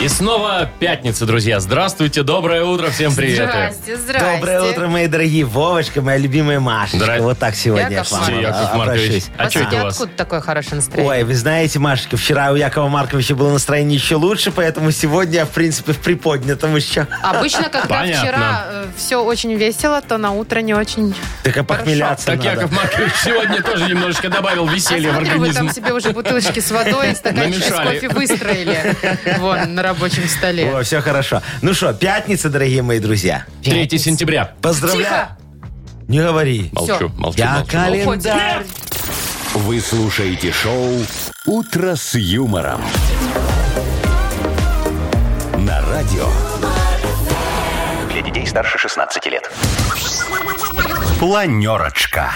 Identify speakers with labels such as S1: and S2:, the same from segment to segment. S1: И снова пятница, друзья. Здравствуйте, доброе утро, всем привет.
S2: Здрасте, здрасте.
S3: Доброе утро, мои дорогие Вовочка, моя любимая Машечка.
S1: Здрасте.
S3: Вот так сегодня
S2: Яков
S3: я к вам
S2: Маркович.
S3: а,
S1: Яков Маркович.
S3: обращусь.
S1: А что это у
S2: Пацаны,
S1: вас?
S2: Откуда такое хорошее настроение?
S3: Ой, вы знаете, Машечка, вчера у Якова Марковича было настроение еще лучше, поэтому сегодня я, в принципе, в приподнятом еще.
S2: Обычно, когда
S1: Понятно.
S2: вчера все очень весело, то на утро не очень.
S3: Так и похмеляться
S1: Так
S3: надо.
S1: Яков Маркович сегодня тоже немножечко добавил веселья в
S2: а смотрю, вы
S1: организм.
S2: там себе уже бутылочки с водой и стаканчик с
S1: Намешали.
S2: кофе выстроили. Вон, на рабочем столе.
S3: О, все хорошо. Ну что, пятница, дорогие мои друзья.
S1: 3 сентября.
S3: Поздравляю.
S2: Тихо!
S3: Не говори.
S1: Молчу,
S2: Всё.
S1: молчу,
S3: Я
S1: молчу, молчу.
S3: календарь.
S4: Вы слушаете шоу «Утро с юмором». На радио. Для детей старше 16 лет. Планерочка.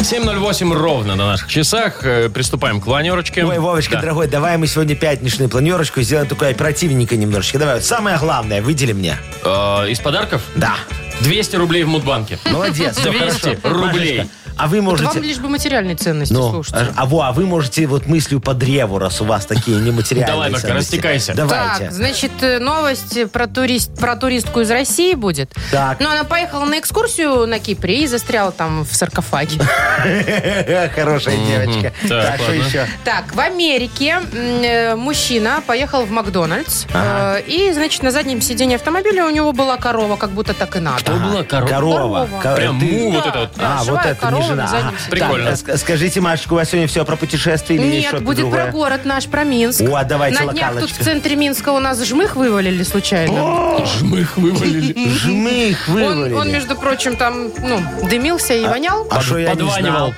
S1: 7.08 ровно на наших часах. Э, Приступаем к планерочке.
S3: Ой, Вовочка,
S1: Да.
S3: дорогой, давай мы сегодня пятничную планерочку сделаем такую оперативненько немножечко. Давай, вот самое главное, выдели мне.
S1: Э, Из подарков
S3: Да.
S1: 200 рублей в Мудбанке.
S3: Молодец. всё
S1: 200
S3: хорошо.
S1: рублей.
S3: Машечка, А вы
S2: Вот Вам
S3: можете...
S2: лишь бы материальные ценности,
S3: Ну,
S2: слушайте.
S3: а, во, а вы можете вот мыслью по древу, раз у вас такие нематериальные
S1: Давай, Машка,
S3: ценности.
S1: растекайся.
S3: Давайте.
S2: Так, значит, э, новость про, турист, про туристку из России будет.
S3: Так.
S2: Но она поехала на экскурсию на Кипре и застряла там в саркофаге.
S3: Хорошая девочка.
S1: Так,
S3: Так, что
S1: ладно.
S3: еще?
S2: Так, в Америке м, э, мужчина поехал в Макдональдс.
S3: Ага.
S2: э, И, значит, на заднем сиденье автомобиля у него была корова, как будто так и надо.
S1: Что было, Ну, корова?
S3: Корова.
S2: Корова.
S3: Кор-
S1: Прям
S3: ты-
S1: му вот это вот.
S2: Да,
S3: А,
S2: живая
S3: вот это
S2: корова
S3: не
S2: на
S3: жена.
S2: заднем
S3: Ага.
S2: сиденье.
S1: Прикольно.
S3: Так, э, ск- Скажите, Машечка, у вас сегодня все про путешествия или есть
S2: Нет,
S3: что-то
S2: будет
S3: другое?
S2: про город наш, про Минск.
S3: О, давайте
S2: На днях тут
S3: локалочка.
S2: в центре Минска у нас жмых вывалили случайно.
S1: Жмых вывалили.
S3: Жмых
S2: Он,
S3: вывалили.
S2: он, между прочим, там ну, дымился и вонял.
S3: А что я не
S1: Подванивал.
S3: знал?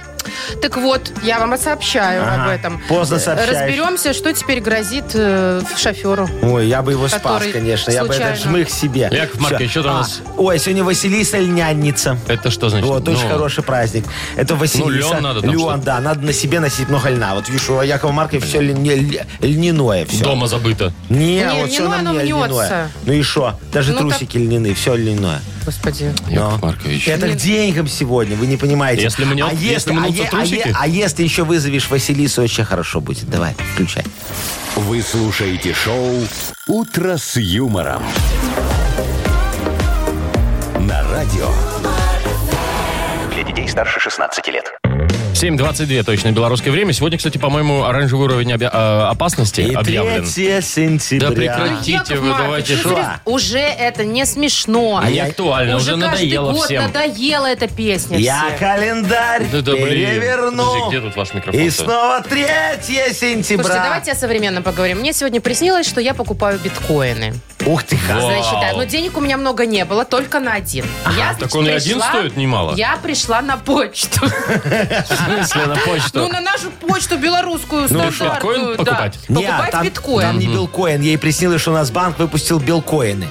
S2: Так вот, я вам сообщаю
S3: Ага.
S2: об этом. Э,
S3: Поздно сообщаешь.
S2: Разберемся, что теперь грозит э, шоферу.
S3: Ой, я бы его спас,
S2: Который
S3: конечно. Я бы этот
S2: случайно.
S3: жмых себе.
S1: Яков Маркович,
S3: Всё.
S1: что-то у
S3: А,
S1: нас?
S3: Ой, сегодня Василиса льнянница.
S1: Это что значит?
S3: Вот, очень
S1: Ну,
S3: хороший праздник. Это Василиса.
S1: лен надо там
S3: Лен,
S1: что-то.
S3: да, надо на себе носить много льна. Вот видишь, у Якова Марковича все льняное все.
S1: Дома забыто.
S3: Не,
S2: Не,
S3: вот все
S2: льняное,
S3: на
S2: оно
S3: мне
S2: мнется.
S3: льняное. Ну и что? Даже
S2: Ну
S3: трусики льняные, все льняное.
S2: Господи.
S1: Яков Маркович.
S3: Это к деньгам сегодня, вы не понимаете.
S1: Если мнет-
S3: а если,
S1: если
S3: а,
S1: мнутся
S3: е- а е-
S1: трусики?
S3: а если еще вызовешь Василису, очень хорошо будет. Давай, включай.
S4: Вы слушаете шоу «Утро с юмором». На радио. Для детей старше 16 лет.
S1: 7.22 точно белорусское время. Сегодня, кстати, по-моему, оранжевый уровень обя- э, опасности
S3: И
S1: объявлен.
S3: 3 сентября.
S1: Да прекрати. Хотите
S2: Яков
S1: вы,
S2: Маркович,
S1: давайте,
S2: ну,
S1: что?
S2: серьезно, Уже это не смешно.
S1: А не актуально, уже
S2: каждый
S1: надоело
S2: год
S1: всем.
S2: надоела эта песня.
S3: Я
S2: всем.
S3: календарь
S1: Да, да, блин. Подожди,
S3: переверну.
S1: где тут ваш микрофон?
S3: И снова 3 сентября.
S2: Слушайте, давайте о современном поговорим. Мне сегодня приснилось, что я покупаю биткоины.
S3: Ух ты, как.
S1: Вау.
S2: Значит, да, но денег у меня много не было, только на один. Я,
S1: так он и один стоит немало.
S2: Я пришла на почту.
S1: В смысле, на
S2: Ну,
S1: почту?
S2: на нашу почту
S1: Ну,
S2: белорусскую стандартную.
S1: биткоин
S2: да.
S1: покупать?
S3: Не, а
S2: Покупать
S3: там,
S2: биткоин.
S3: там не билкоин. Ей приснилось, что у нас банк выпустил билкоины.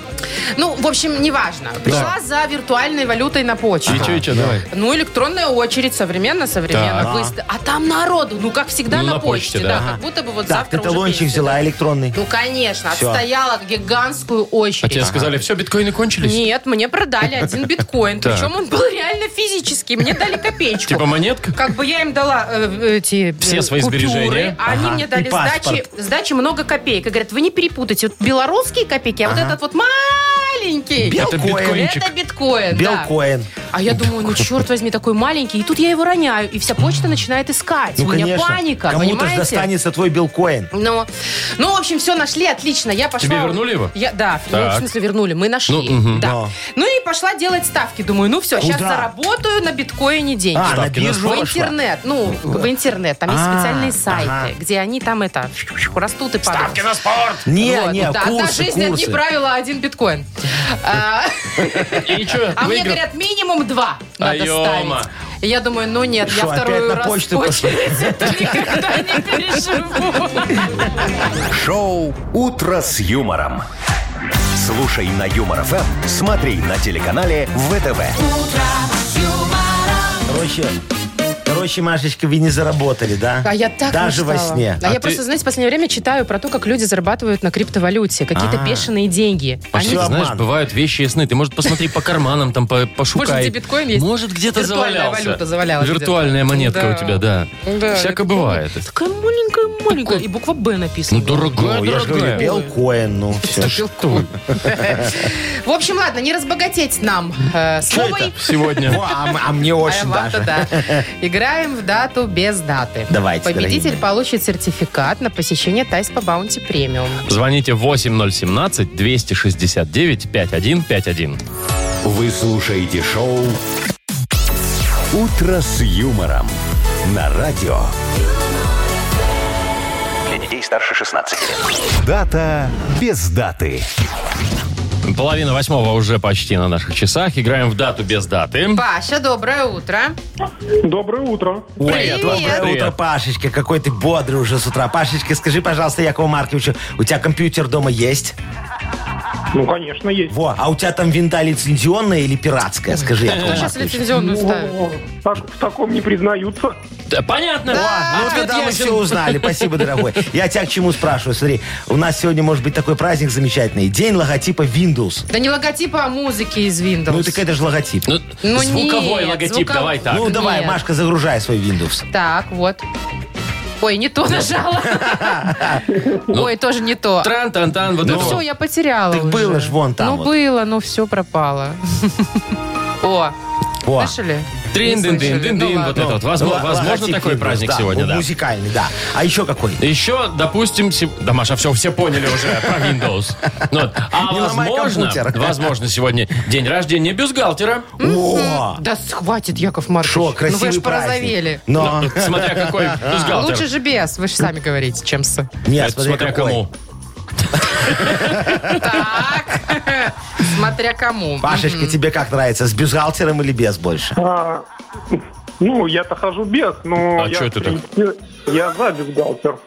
S2: Ну, в общем, неважно. Пришла за виртуальной валютой на почту.
S1: И чё, и чё, давай.
S2: Ну, электронная очередь, современно, современно.
S1: Так.
S2: Быстро. А там народу, ну, как всегда,
S1: Ну,
S2: на,
S1: на почте,
S2: почте,
S1: да.
S2: да.
S3: Ага.
S2: Как будто бы вот
S3: так,
S2: завтра
S3: ты
S2: уже
S3: талончик
S2: пересекать.
S3: взяла электронный.
S2: Ну, конечно,
S3: Всё.
S2: отстояла гигантскую
S1: А
S2: очередь.
S1: тебе сказали, все, биткоины кончились?
S2: Нет, мне продали один биткоин.
S1: Так.
S2: Причем он был реально физический. Мне дали копеечку.
S1: Типа монетка?
S2: Как бы я им дала э, эти э,
S1: Все свои
S2: купюры,
S1: сбережения.
S2: а они
S3: Ага.
S2: мне дали
S3: И паспорт.
S2: сдачи, сдачи много копеек. И говорят, вы не перепутайте, вот белорусские копейки, а вот этот вот маленький.
S1: Это
S3: Белкоин.
S1: биткоинчик.
S2: Это биткоин, да.
S3: Белкоин.
S2: А я думаю, ну черт возьми, такой маленький. И тут я его роняю, и вся почта начинает искать.
S3: Ну,
S2: У меня
S3: конечно.
S2: паника,
S3: Кому-то же
S2: понимаете?
S3: достанется твой билкоин.
S2: Ну, ну, в общем, все нашли, отлично. Я пошла.
S1: Тебе вернули его?
S2: Я, да, ну,
S1: Так.
S2: в смысле вернули, мы нашли.
S1: Ну, мгм.
S2: да.
S3: Но.
S2: ну и пошла делать ставки. Думаю, ну все, сейчас
S3: Куда?
S2: заработаю на биткоине деньги.
S3: А, на
S1: Ставки на
S3: биржу
S2: В
S3: пошла.
S2: интернет, ну, в интернет. Там есть
S3: А,
S2: специальные сайты,
S3: ага.
S2: где они там это растут и падают.
S1: на спорт!
S3: Не,
S2: Вот,
S3: не,
S2: да, одна
S3: курсы,
S2: жизнь, одни
S3: курсы.
S2: правила, один биткоин. А,
S1: И что,
S2: а мне
S1: выиграл?
S2: говорят, минимум два надо
S1: Аюма.
S2: ставить. И я думаю, ну нет,
S3: Шо,
S2: я
S3: опять
S2: вторую
S3: на
S2: раз
S3: почту пошла?
S2: очередь это никогда не переживу.
S4: Шоу «Утро с юмором». Слушай на Юмор ФМ, смотри на телеканале ВТВ.
S3: Короче, короче, ночи, Машечка, вы не заработали, да?
S2: А я так
S3: Даже во
S2: мечтала.
S3: сне.
S2: А,
S1: А
S2: я
S1: ты-
S2: просто, знаете, в последнее время читаю про то, как люди зарабатывают на криптовалюте. Какие-то
S3: А.
S2: бешеные деньги.
S1: А
S3: Они-
S1: ты знаешь,
S3: обман.
S1: бывают вещи и сны. Ты, может, посмотри по карманам, там, по- пошукай.
S2: Может, где биткоин есть?
S1: Может, где-то
S2: Виртуальная
S1: завалялся.
S2: валюта завалялась
S1: Виртуальная
S2: где-то.
S1: монетка
S2: Да.
S1: у тебя, да.
S2: Да,
S1: Всяко
S2: это
S1: бывает.
S2: Такая маленькая-маленькая. И буква «Б» написана.
S1: Ну, дорогая,
S3: Ну, я же говорю,
S1: дорогая.
S3: Белкоин, ну,
S1: Да
S3: все.
S1: что
S2: В общем, ладно, не разбогатеть нам э, с
S3: Чё
S2: Вовой.
S3: это?
S1: сегодня?
S3: Во, а, м- а мне очень
S2: А вам-то
S3: даже.
S2: да. Играем в дату без даты.
S3: Давайте, дорогие
S2: Победитель
S3: мои.
S2: получит сертификат на посещение Тайс по Баунти Премиум.
S1: Звоните 8017-269-5151.
S4: Вы слушаете шоу «Утро с юмором» на радио. Для детей старше 16 лет. Дата без даты.
S1: Половина восьмого уже почти на наших часах. Играем в дату без даты.
S2: Паша, доброе утро.
S5: Доброе утро.
S3: Ой,
S2: Привет.
S3: доброе
S1: Привет.
S3: утро, Пашечка. Какой ты бодрый уже с утра. Пашечка, скажи, пожалуйста, Якову Марковичу, у тебя компьютер дома есть?
S5: Ну, конечно, есть.
S3: Во, а у тебя там винда лицензионная или пиратская? Скажи, Якову
S2: Кто сейчас
S3: Марковичу.
S2: лицензионную ставит?
S5: О, так- в таком не признаются.
S1: Да, Понятно.
S3: Во, ну
S1: Ответ
S3: тогда мы
S1: ясен.
S3: все узнали. Спасибо, дорогой. Я тебя к чему спрашиваю? Смотри, у нас сегодня может быть такой праздник замечательный. День логотипа Windows.
S2: Да не логотипа, а музыки из Windows.
S3: Ну так это же логотип.
S1: Ну,
S2: Ну,
S1: звуковой
S2: нет,
S1: логотип,
S2: звуков-
S1: давай так.
S3: Ну давай,
S2: нет.
S3: Машка, загружай свой Windows.
S2: Так, вот. Ой, не то нажала. Ой, тоже не то.
S1: Тран-тан-тан, вот
S2: Ну
S1: это
S2: все,
S1: вот.
S2: я потеряла
S3: Так
S2: уже.
S3: было ж вон там
S2: Ну
S3: вот.
S2: было, но все пропало. О, слышали? Не
S3: Во.
S2: слышали. Ну
S1: Трин-дин-дин-дин-дин, вот
S2: ладно.
S1: это вот. Возможно,
S3: Ло-
S1: возможно
S3: логотип
S1: такой
S3: Windows,
S1: праздник
S3: да,
S1: сегодня, да.
S3: Музыкальный, да. А еще какой?
S1: Еще, допустим, се- да, Маша, все, все поняли уже про Windows. Ну, вот. а
S3: Не ломай
S1: возможно,
S3: компьютер.
S1: возможно, сегодня день рождения бюстгальтера.
S3: О,
S2: Да с- хватит, Яков Маркович.
S3: шо,
S2: Ну вы
S3: красивый
S2: же
S3: праздник. Ну,
S2: порозовели.
S3: Но,
S1: Смотря какой бюстгальтер.
S2: Лучше же без, вы же сами говорите, чем с.
S3: нет,
S1: Это
S3: смотри,
S1: смотря
S3: какой.
S1: кому.
S2: Так, смотря кому.
S3: Пашечка, тебе как нравится, с бюстгальтером или без больше?
S5: А, ну, я-то хожу без, но...
S1: А
S5: я,
S1: чё ты
S5: в принципе, Я за бюстгальтер.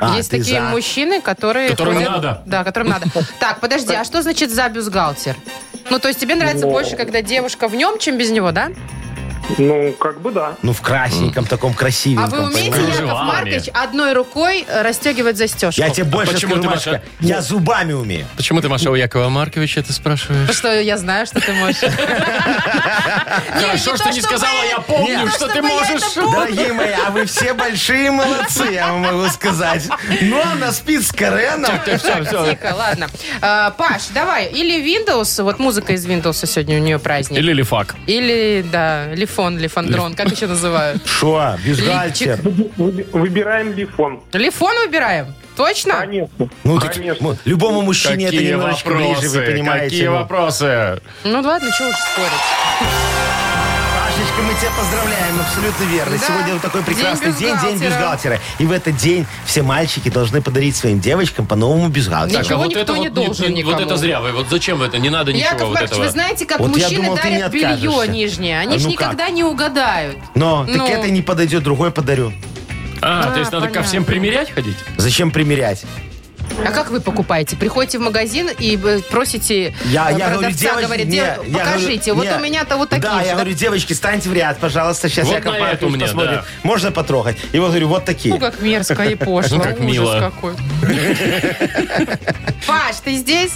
S3: А,
S2: Есть
S3: ты
S2: такие
S3: за.
S2: мужчины, которые...
S1: Которым
S2: ходят-
S1: надо.
S2: Да, которым надо. Так, подожди, а что значит за бюстгальтер? Ну, то есть тебе нравится
S5: Ну.
S2: больше, когда девушка в нем, чем без него, да?
S5: Ну, как бы да.
S3: Ну, в красненьком таком
S2: А
S3: красивеньком.
S2: вы умеете,
S3: понимаешь?
S2: Яков
S1: Кружевами.
S2: Маркович, одной рукой э, расстегивать застежку?
S3: Я тебе больше
S1: почему
S3: скажу,
S1: ты,
S3: Машка,
S1: Маша?
S3: я зубами умею.
S1: Почему ты, Маша, у Якова Марковича это спрашиваешь?
S2: Что, я знаю, что ты можешь.
S1: Хорошо,
S2: не
S1: что
S2: то,
S1: не
S2: чтобы-
S1: сказала, я помню,
S2: не то,
S1: что ты
S2: чтобы я
S1: можешь.
S2: это
S3: Дорогие мои, а вы все большие молодцы, я вам могу сказать. Ну, а на спит с Кареном.
S1: Все, все.
S2: Тихо, ладно. А, Паш, давай, или Windows, вот музыка из Windows сегодня у нее праздник.
S1: Или лифак.
S2: Или, да, Лифон, Лифандрон, как еще называют?
S3: Шо, бюстгальтер?
S5: Вы- Выбираем лифон.
S2: Лифон выбираем? Точно?
S5: Конечно.
S3: Ну, так,
S5: Конечно.
S3: м- любому мужчине это
S1: Какие
S3: немножечко ближе, вы
S1: вопросы,
S3: понимаете.
S1: какие
S3: ну.
S1: вопросы.
S2: Ну ладно, чего уж спорить.
S3: Пашечка, мы тебя поздравляем, абсолютно верно.
S2: Да.
S3: Сегодня вот такой
S2: День
S3: прекрасный день, день
S2: бюстгальтера.
S3: бюстгальтера. И в этот день все мальчики должны подарить своим девочкам по новому бюстгальтеру.
S2: Ничего
S1: вот
S2: никто
S1: это
S2: не
S1: вот
S2: должен никому.
S1: Вот это зря. Вы, вот зачем это? Не надо ничего
S2: Яков
S1: вот
S2: Маркович,
S1: этого.
S2: вы знаете, как
S3: Вот я
S2: мужчины
S3: думал, ты не
S2: дарят белье
S3: откажешься.
S2: нижнее. Они
S3: А
S2: же
S3: ну
S2: никогда не угадают.
S3: Но
S2: Ну.
S3: так это не подойдет, другой подарю.
S1: А,
S2: А,
S1: то есть надо ко
S2: понятно.
S1: всем примерять ходить?
S3: Зачем примерять?
S2: А как вы покупаете? Приходите в магазин и э, просите
S3: Я,
S2: э,
S3: я говорю,
S2: продавца,
S3: девочки,
S2: говорит,
S3: не,
S2: «Дев-
S3: я
S2: покажите,
S3: говорю,
S2: вот
S3: не.
S2: у меня-то вот такие
S3: Да,
S2: же».
S3: я
S2: Да?
S3: говорю, девочки, встаньте в ряд, пожалуйста, сейчас
S1: Вот
S3: я Яков
S1: на эту
S3: Маркович
S1: мне,
S3: посмотрит.
S1: да.
S3: Можно потрогать? И вот говорю, вот такие.
S2: Ну, как мерзко и пошло.
S1: Ну, как
S2: Ужас
S1: мило.
S2: какой. Паш, ты здесь?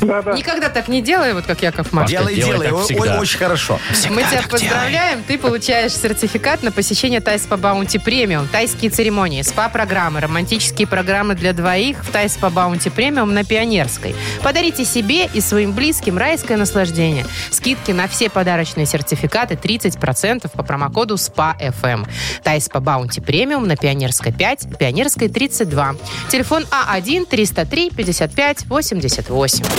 S5: Да-да.
S2: Никогда так не делай, вот как Яков Марк.
S3: Делай,
S1: делай
S3: делай,
S1: так
S3: Ой,
S1: всегда.
S3: очень хорошо.
S2: Мы тебя поздравляем. Ты получаешь сертификат на посещение Тайс по Баунти Премиум. Тайские церемонии, спа-программы, романтические программы для двоих в Тайс по Баунти Премиум на Пионерской. Подарите себе и своим близким райское наслаждение. Скидки на все подарочные сертификаты 30% по промокоду СПА-ФМ. Тайс по Баунти Премиум на Пионерской 5, Пионерской 32. Телефон А А1-303-55-88.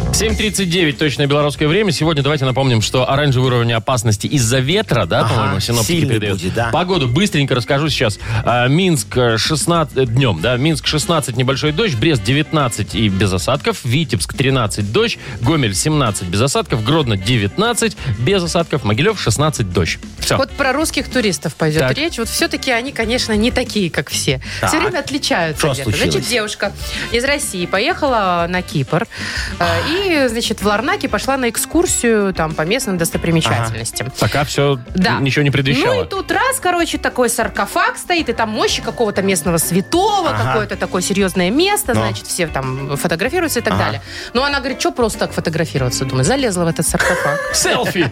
S1: 7.39, точное белорусское время. Сегодня давайте напомним, что оранжевый уровень опасности из-за ветра, да,
S3: Ага,
S1: по-моему, синоптики
S3: сильный
S1: передают.
S3: будет, да.
S1: Погоду быстренько расскажу сейчас. А, Минск э, 16, э, днем, да, Минск 16, небольшой дождь, Брест 19 и без осадков, Витебск 13, дождь, Гомель 17 без осадков, Гродно 19 без осадков, Могилев 16, дождь. Все.
S2: Вот про русских туристов пойдет
S1: Так.
S2: речь. Вот все-таки они, конечно, не такие, как все. Все время отличаются.
S3: Что
S2: где-то. Значит,
S3: случилось?
S2: девушка из России поехала на Кипр э, и, значит, в Ларнаке пошла на экскурсию там по местным достопримечательностям.
S1: Пока все
S2: Да.
S1: ничего не
S2: Ну
S1: предвещало.
S2: и тут раз, короче, такой саркофаг стоит, и там мощи какого-то местного святого,
S3: Ага.
S2: какое-то такое серьезное место,
S3: Ну.
S2: значит, все там фотографируются и так
S3: Ага.
S2: далее. Но она говорит, что просто так фотографироваться? Думаю, залезла в этот саркофаг.
S1: Селфи!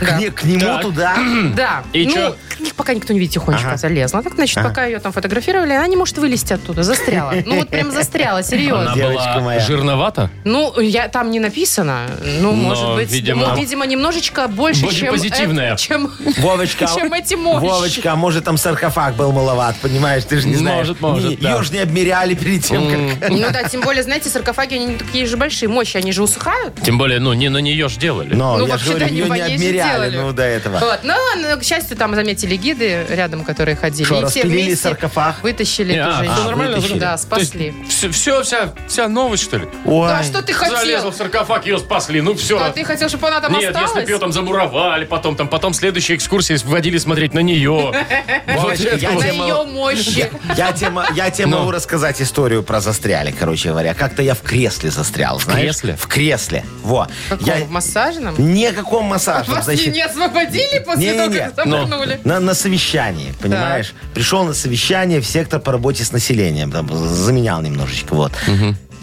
S2: Да.
S3: К, не- к нему
S1: Так.
S3: туда.
S2: Да.
S1: И
S2: ну,
S1: чё?
S2: к ней пока никто не видит, тихонечко
S3: Ага.
S2: залезла. Так, значит,
S3: Ага.
S2: пока ее там фотографировали, она не может вылезти оттуда, застряла. Ну, вот прям застряла,
S1: Она
S2: серьезно.
S1: была
S3: Девочка моя.
S1: жирновата?
S2: Ну, я, там не написано.
S1: Но,
S2: Ну, может быть,
S1: видимо,
S2: ну, видимо, немножечко больше,
S1: Больше
S2: чем... э,
S1: позитивная.
S2: чем-
S3: Вовочка, а-
S2: Чем эти мощи.
S3: Вовочка, а может там саркофаг был маловат, понимаешь, ты же не знаешь.
S1: Может, может,
S3: Не-
S1: да.
S3: Её ж не обмеряли перед тем, как...
S2: Ну да, тем более, знаете, саркофаги, они не такие же большие. Мощи, они же усыхают.
S1: Тем более, ну, не на нее ж делали.
S3: Но,
S2: ну,
S3: я же
S2: вообще-то
S3: говорю,
S2: они
S3: ее
S2: по
S3: не
S2: ней же
S3: обмеряли,
S2: делали.
S3: ну, до этого.
S2: Вот. Но, ну, к счастью, там заметили гиды рядом, которые ходили.
S3: Что,
S2: и все
S3: распилили
S2: вместе
S3: саркофаг?
S2: Вытащили
S1: Не,
S2: эту
S1: а,
S2: женщину.
S1: всё нормально?
S3: вытащили.
S2: Да,
S1: То есть
S2: спасли.
S1: Все, все, вся, вся новость, что ли?
S3: Ой.
S2: Да, а что ты
S1: Залезла
S2: хотел?
S1: в саркофаг, ее спасли. Ну все.
S2: А ты хотел, чтобы она там
S1: Нет,
S2: осталась?
S1: если бы ее там замуровали, потом там, потом следующие экскурсии вводили смотреть на нее. Вот
S3: Вовочка,
S1: это
S3: я
S1: вот.
S2: На
S3: тебе
S2: ее мощи.
S3: Я тебе, мо- я тебе
S1: Ну.
S3: могу рассказать историю про застряли, короче говоря. Как-то я в кресле застрял, знаешь?
S1: кресле?
S3: В кресле, во.
S2: Каком?
S3: Я...
S2: В массажном?
S3: Никаком массаже.
S2: Вас не- не освободили после того,
S3: Не-не-не.
S2: как завернули?
S3: На, на совещании, понимаешь? Пришел на совещание в сектор по работе с населением. Там, заменял немножечко, вот.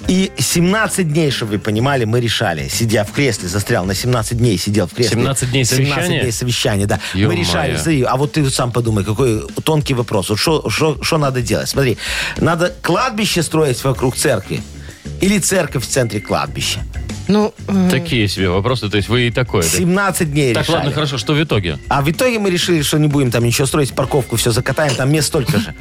S3: И 17 дней, чтобы вы понимали, мы решали. Сидя в кресле, застрял на 17 дней, сидел в кресле.
S1: 17 дней
S3: 17
S1: совещания?
S3: дней совещания, да.
S1: Ё-моё.
S3: Мы решали, смотри, а вот ты вот сам подумай, какой тонкий вопрос. Вот что надо делать? Смотри, надо кладбище строить вокруг церкви или церковь в центре кладбища.
S2: Ну, э,
S1: Такие себе вопросы, то есть вы и такое. да?
S3: 17 дней
S1: Так,
S3: решали.
S1: ладно, хорошо, что в итоге?
S3: А в итоге мы решили, что не будем там ничего строить, парковку все закатаем, там мест столько же.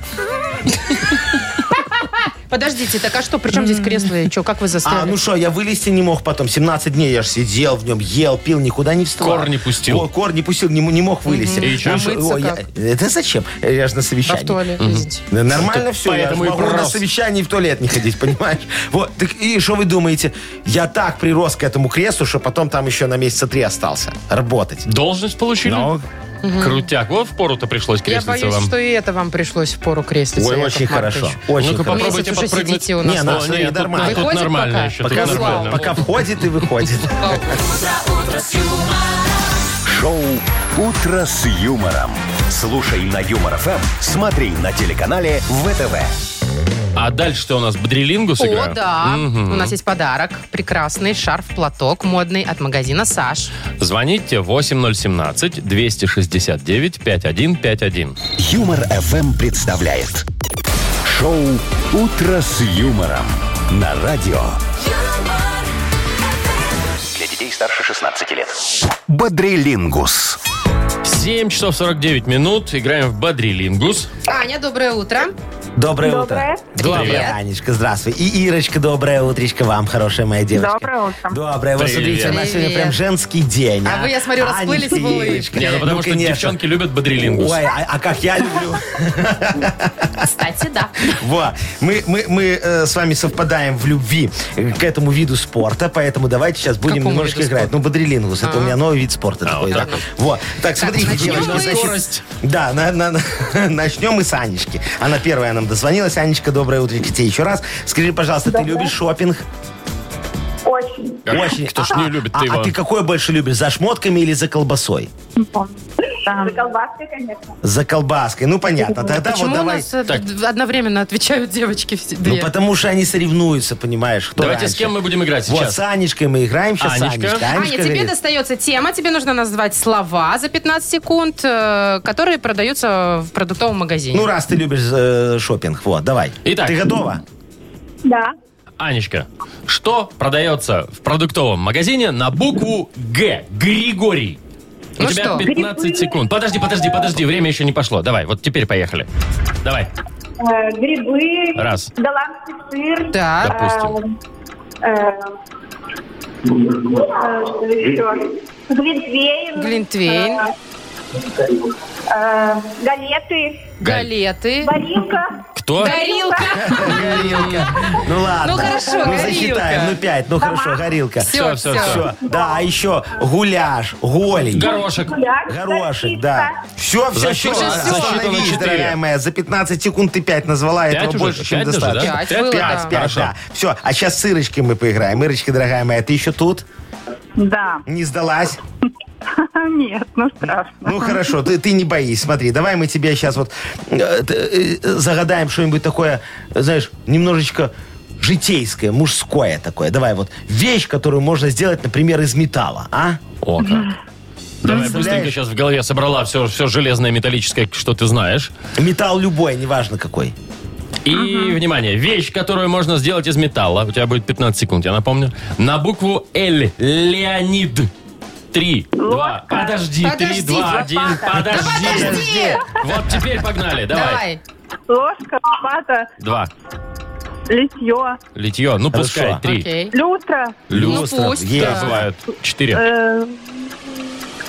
S2: подождите, так а что, при чем здесь кресло и что, как вы застряли?
S3: А, ну что, я вылезти не мог потом. 17 дней я же сидел в нем, ел, пил, никуда не встал.
S1: Корни пустил.
S3: О, корни пустил, не, м- не мог вылезти.
S1: И чё?
S3: Ну шо,
S2: Мыться
S3: о, я-
S2: как?
S3: это зачем? Я же на
S2: А в
S3: совещании.
S2: туалет лезете?
S3: Да Нормально все, я ж
S1: поэтому и
S3: могу на
S1: пророс.
S3: совещании в туалет не ходить, понимаешь? Вот, так и что вы думаете? Я так прирос к этому креслу, что потом там еще на месяца три остался работать.
S1: Должность получили?
S3: Ну,
S1: Крутяк. Вот в пору-то пришлось
S2: Я
S1: креслиться
S2: боюсь,
S1: вам.
S2: что и это вам пришлось в пору креслиться.
S3: Ой,
S2: Яков
S3: очень
S2: Маркович.
S3: хорошо. Очень
S1: Ну-ка,
S3: хорошо.
S1: попробуйте
S2: Месяц уже
S1: подпрыгнуть.
S2: сидите у нас.
S3: Не,
S1: О,
S3: на- смотри,
S1: нет, тут-
S3: нормально.
S1: Тут,
S2: Выходит
S1: нормально
S2: пока?
S1: еще. тут
S3: Пока,
S1: нормально.
S3: пока входит и выходит.
S4: Шоу «Утро с юмором». Слушай на Юмор ФМ, смотри на телеканале ВТВ.
S1: А дальше что у нас? Бадрилингу сыграем?
S2: О, да. У нас есть подарок. Прекрасный шарф-платок модный от магазина «Саш».
S1: Звоните 8017-269-5151.
S4: Юмор ФМ представляет. Шоу «Утро с юмором» на радио.
S6: юмор,
S7: Для детей старше 16 лет.
S4: Бодрилингус.
S1: 7 часов 49 минут. Играем в Бадрилингус.
S2: Аня, доброе утро.
S3: Доброе,
S8: Доброе.
S3: утро. Анечка, здравствуй. И Ирочка, доброе утречко вам, хорошая моя девочка.
S8: Доброе утро.
S3: Доброе. Вот
S1: Привет.
S3: смотрите, у нас сегодня
S2: Привет.
S3: прям женский день.
S2: А вы, я смотрю,
S3: Анечка
S2: расплылись
S3: и
S2: в улыбке.
S3: Ирочка.
S1: Не, ну потому что
S3: конечно.
S1: девчонки любят Бадрилингус.
S3: Ой, а, а как я люблю.
S2: Кстати, да.
S3: Во. Мы, мы, мы э, с вами совпадаем в любви э, к этому виду спорта, поему давайте сейчас будем
S2: Какому
S3: немножко
S2: виду
S3: играть. Ну, бодрилингус, это у меня новый вид спорта
S1: А,
S3: такой. да. Вот. Так, смотрите,
S2: начнем
S3: девочки,
S2: мы с-
S1: Скорость.
S3: значит, да, на- на- на- начнем мы с Анечки. Она первая нам дозвонилась. Анечка, доброе утро тебе еще раз. Скажи, пожалуйста, ты любишь шопинг?
S8: Очень.
S1: Как-
S3: Очень.
S1: Кто ж
S3: А-
S1: не
S3: а-
S1: любит
S3: а,
S1: ты его?
S3: а ты какое больше любишь, за шмотками или за колбасой?
S8: Да. За колбаской, конечно.
S3: За колбаской. Ну, понятно. Тогда
S2: Почему
S3: вот
S2: у
S3: давай...
S2: нас э,
S1: Так.
S2: д- одновременно отвечают девочки все-
S3: Ну,
S2: две?
S3: потому что они соревнуются, понимаешь, кто
S1: Давайте с
S3: раньше.
S1: кем мы будем играть
S3: Вот,
S1: сейчас?
S3: с Анечкой мы играем сейчас. с
S1: Анечка.
S3: Анечкой.
S2: Аня, тебе
S3: говорит,
S2: достается тема. Тебе нужно назвать слова за 15 секунд, э, которые продаются в продуктовом магазине.
S3: Ну, раз ты любишь э, шопинг, вот, давай.
S1: Итак.
S3: Ты готова?
S8: Да.
S1: Анечка, что продается в продуктовом магазине на букву Г? Григорий. У
S2: Ну
S1: тебя
S2: что?
S1: 15 секунд. Подожди, подожди, подожди, время еще не пошло. Давай, вот теперь поехали. Давай,
S8: Э, грибы. Э,
S1: Раз.
S8: Голландский сыр.
S2: Да.
S1: допустим.
S8: Э, э, Э, что еще? Глинтвейн.
S2: Глинтвейн.
S8: Э, э, галеты.
S2: Галеты.
S8: Баринка.
S1: Кто?
S2: Горилка.
S3: Горилка. Ну ладно.
S2: Ну хорошо,
S3: Ну
S2: горилка.
S3: засчитаем, ну пять. Ну хорошо, горилка.
S1: Все, все,
S2: всё.
S1: все.
S3: Все. Да, а еще гуляш, голень.
S1: Горошек.
S8: гуляш,
S3: Горошек,
S8: горчица.
S3: да. Все, все, все.
S1: Защита- защита на четыре.
S3: дорогая моя. За 15 секунд ты 5 назвала,
S1: Пять
S3: этого
S1: уже?
S3: больше, чем
S1: Пять даже,
S3: достаточно.
S1: да?
S2: Пять
S1: Пять,
S2: было,
S1: пять,
S2: да.
S1: пять,
S3: Пять,
S1: хорошо.
S3: да. Все, а сейчас с Ирочкой мы поиграем. Ирочка, дорогая моя, ты еще тут?
S8: Да.
S3: Не сдалась?
S8: Нет, ну страшно.
S3: Ну хорошо, ты, ты не боись. Смотри, давай мы тебе сейчас вот э, э, э, загадаем что-нибудь такое, э, знаешь, немножечко житейское, мужское такое. Давай вот вещь, которую можно сделать, например, из металла, а?
S1: О, как. Давай
S3: Представляешь?
S1: быстренько сейчас в голове собрала все, все железное, металлическое, что ты знаешь.
S3: Металл любой, неважно какой.
S1: И, внимание, вещь, которую можно сделать из металла. У тебя будет 15 секунд, я напомню. На букву Л. Леонид. Три, два, подожди, три,
S2: Подожди,
S1: два, один, подожди.
S2: Подожди.
S1: Вот теперь погнали, давай.
S2: Давай.
S8: Ложка, лопата,
S1: Два.
S8: литье,
S1: Литье, ну
S3: Хорошо.
S1: пускай, три.
S2: Окей.
S8: люстра,
S1: Люстра.
S3: Люстра,
S2: Ну, пусть,
S3: есть.
S2: да.
S1: Бывают. Четыре.
S8: э,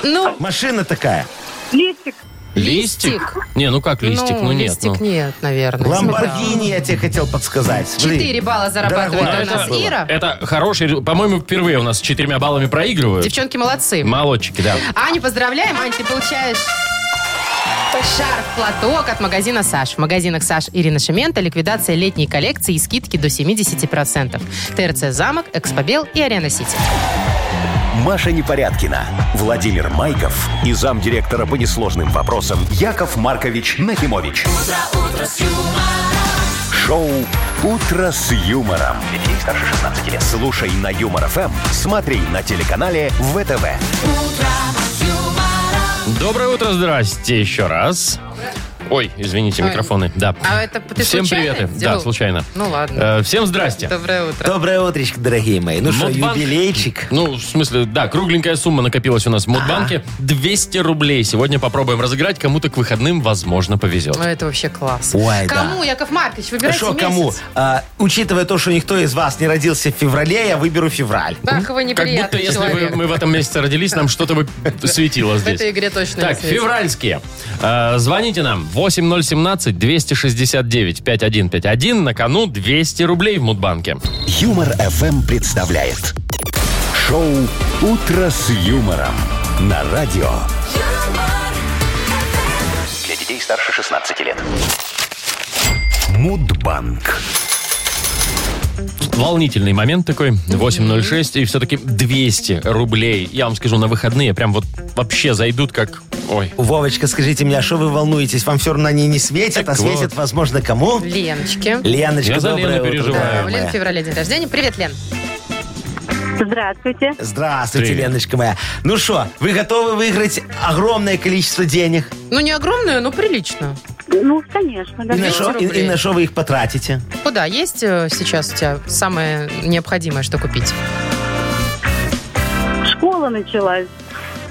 S2: Ну,
S3: Машина такая.
S8: листик,
S1: Листик? Не, ну как листик, ну нет.
S2: листик
S1: ну.
S2: нет, наверное.
S3: Ламборгини, я тебе хотел подсказать. Смотри.
S2: Четыре балла зарабатывает
S3: Дорогой,
S2: у нас
S3: было.
S2: Ира.
S1: Это хороший, рез- по-моему, впервые у нас с четырьмя баллами проигрывают.
S2: Девчонки молодцы.
S1: Молодчики, да.
S2: Аню поздравляем. Ань, ты получаешь шарф-платок от магазина «Саш». В магазинах «Саш» Ирина Шимента ликвидация летней коллекции и скидки до 70%. ТРЦ «Замок», «Экспобел» и «Арена Сити».
S4: Маша Непорядкина, Владимир Майков и замдиректора по несложным вопросам Яков Маркович Нахимович. Шоу Утро с юмором. Детей старше 16 лет. Слушай на юмор ФМ, смотри на телеканале ВТВ.
S1: Доброе утро, здрасте еще раз. Ой, извините,
S2: Ой.
S1: микрофоны. Да.
S2: А это ты
S1: Всем
S2: случайно
S1: привет.
S2: сделал?
S1: Да, случайно.
S2: Ну ладно.
S1: Э, всем здрасте.
S2: Доброе утро.
S3: Доброе утречко, дорогие мои. Ну что,
S1: Модбанк.
S3: юбилейчик?
S1: Ну, в смысле, да, кругленькая сумма накопилась у нас в Мудбанке. 200 рублей. Сегодня попробуем разыграть. Кому-то к выходным, возможно, повезет.
S2: Ну, это вообще класс.
S3: Ой, да.
S2: кому, Яков Маркович, выбирайте
S3: Хорошо,
S2: месяц.
S3: кому? А, учитывая то, что никто из вас не родился в феврале, я выберу февраль.
S2: Ах, вы
S1: Как будто,
S2: неприятный
S1: если бы
S2: человек.
S1: мы в этом месяце родились, нам что-то бы светило
S2: В
S1: здесь.
S2: этой игре точно
S1: Так,
S2: не светит.
S1: февральские. Э, Звоните нам 8017-269-5151. На кону 200 рублей в Мудбанке.
S4: Юмор ФМ представляет. Шоу Утро с юмором на радио.
S7: Для детей старше 16 лет.
S4: Мудбанк.
S1: Волнительный момент такой. 8.06 и все-таки 200 рублей. Я вам скажу, на выходные прям вот вообще зайдут как... Ой.
S3: Вовочка, скажите мне, а что вы волнуетесь? Вам все равно они не светят,
S1: Так
S3: а светят,
S1: вот.
S3: возможно, кому?
S2: Леночки.
S3: Леночка,
S1: Я за
S3: доброе
S1: Лену
S3: утро,
S1: переживаю.
S3: дорогая
S2: Да, у
S3: моя.
S2: Лены в феврале день рождения. Привет, Лен.
S8: Здравствуйте.
S3: Здравствуйте,
S1: Привет.
S3: Леночка моя. Ну что, вы готовы выиграть огромное количество денег?
S2: Ну, не огромную, но прилично.
S8: Ну, конечно, да.
S3: И на
S2: 200
S3: шо- и-
S2: рублей.
S3: и на что вы их потратите?
S2: Куда? Есть э, сейчас у тебя самое необходимое, что купить?
S8: Школа началась.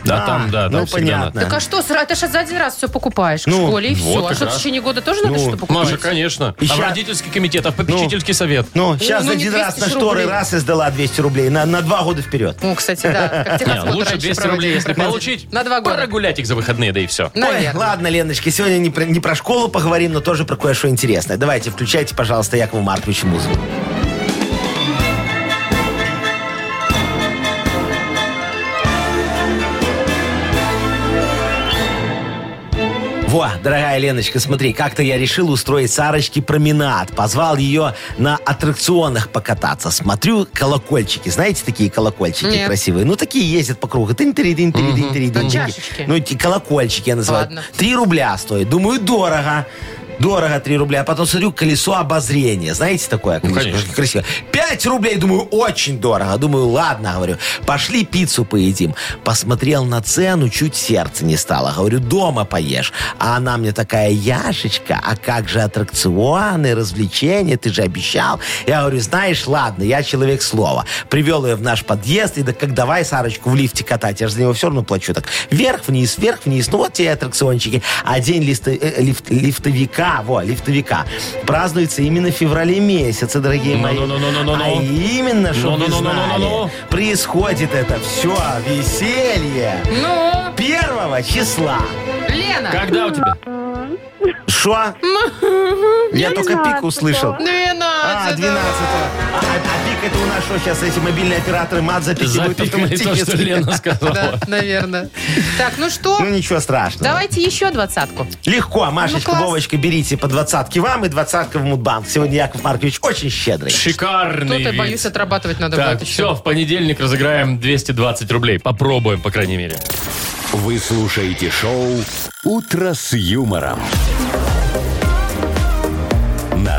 S1: Да,
S3: А,
S1: там, да, там
S3: ну,
S1: всегда надо.
S3: понятно.
S2: Так а что, сра- ты же за один раз все покупаешь
S3: Ну,
S2: в школе и
S1: вот
S2: все. А
S1: как
S2: что, в
S1: раз.
S2: течение года тоже надо
S3: Ну,
S2: что-то покупать?
S1: Маша, конечно.
S3: И
S1: а в
S3: ща-
S1: родительский комитет, а в попечительский совет.
S3: Ну, сейчас
S2: ну, не
S3: один раз на
S2: 200
S3: шторы
S2: рублей.
S3: раз издала 200 рублей. На, на два года вперед.
S2: Ну, кстати, да. Как
S1: Не,
S2: техосмотр
S1: лучше
S2: раньше
S1: 200
S2: проводили,
S1: рублей, если
S2: проходили.
S1: получить.
S2: На два года.
S1: Прогулять их за выходные, да и все.
S3: Ой,
S2: Наверное.
S3: ладно, Леночка, сегодня не про, не про школу поговорим, но тоже про кое-что интересное. Давайте, включайте, пожалуйста, Якову Марковичу музыку. Во, дорогая Леночка, смотри, как-то я решил устроить Сарочке променад. Позвал ее на аттракционах покататься. Смотрю, колокольчики. Знаете, такие колокольчики
S2: Нет.
S3: красивые? Ну, такие ездят по кругу. Тынь-тыры-дынь-тыры-дынь-тыры-дынь.
S2: Ну, чашечки.
S3: Ну, эти колокольчики я называю.
S2: Ладно.
S3: Три рубля стоит. Думаю, дорого. Дорого 3 рубля. А потом смотрю, колесо обозрения. Знаете такое? колесо?
S1: конечно.
S3: Красиво. 5 рублей, думаю, очень дорого. Думаю, ладно, говорю, пошли пиццу поедим. Посмотрел на цену, чуть сердце не стало. Говорю, дома поешь. А она мне такая, Яшечка, а как же аттракционы, развлечения, ты же обещал. Я говорю, знаешь, ладно, я человек слова. Привел ее в наш подъезд, и да как давай Сарочку в лифте катать, я же за него все равно плачу. Так вверх-вниз, вверх-вниз, ну вот те аттракциончики. А день листа- э, лифт- лифтовика лифтовика, во, лифтовика, празднуется именно в феврале месяце, дорогие мои.
S1: Ну-ну-ну-ну-ну-ну-ну.
S3: А именно, чтобы вы
S1: Ну-ну-ну-ну-ну-ну-ну.
S3: знали, происходит это все веселье
S2: Ну,
S3: первого числа.
S2: Лена,
S1: Когда у тебя?
S3: Шо? Я только пик
S8: 12-го.
S3: услышал.
S2: 12.
S3: А, 12 А, а пик это у нас что сейчас эти мобильные операторы мат запикивают
S1: Запикали то, что
S3: автоматически?
S1: Лена сказала.
S2: Да, наверное. Так, ну что?
S3: Ну ничего страшного.
S2: Давайте еще двадцатку.
S3: Легко,
S2: Ну,
S3: Машечка,
S2: класс.
S3: Вовочка, берите по двадцатке вам и двадцатка в Мудбанк. Сегодня Яков Маркович очень щедрый.
S1: Шикарный
S2: Кто-то,
S1: вид.
S2: боюсь, отрабатывать надо
S1: Так,
S2: будет еще.
S1: все, в понедельник разыграем 220 рублей. Попробуем, по крайней мере.
S4: Вы слушаете шоу «Утро с юмором». На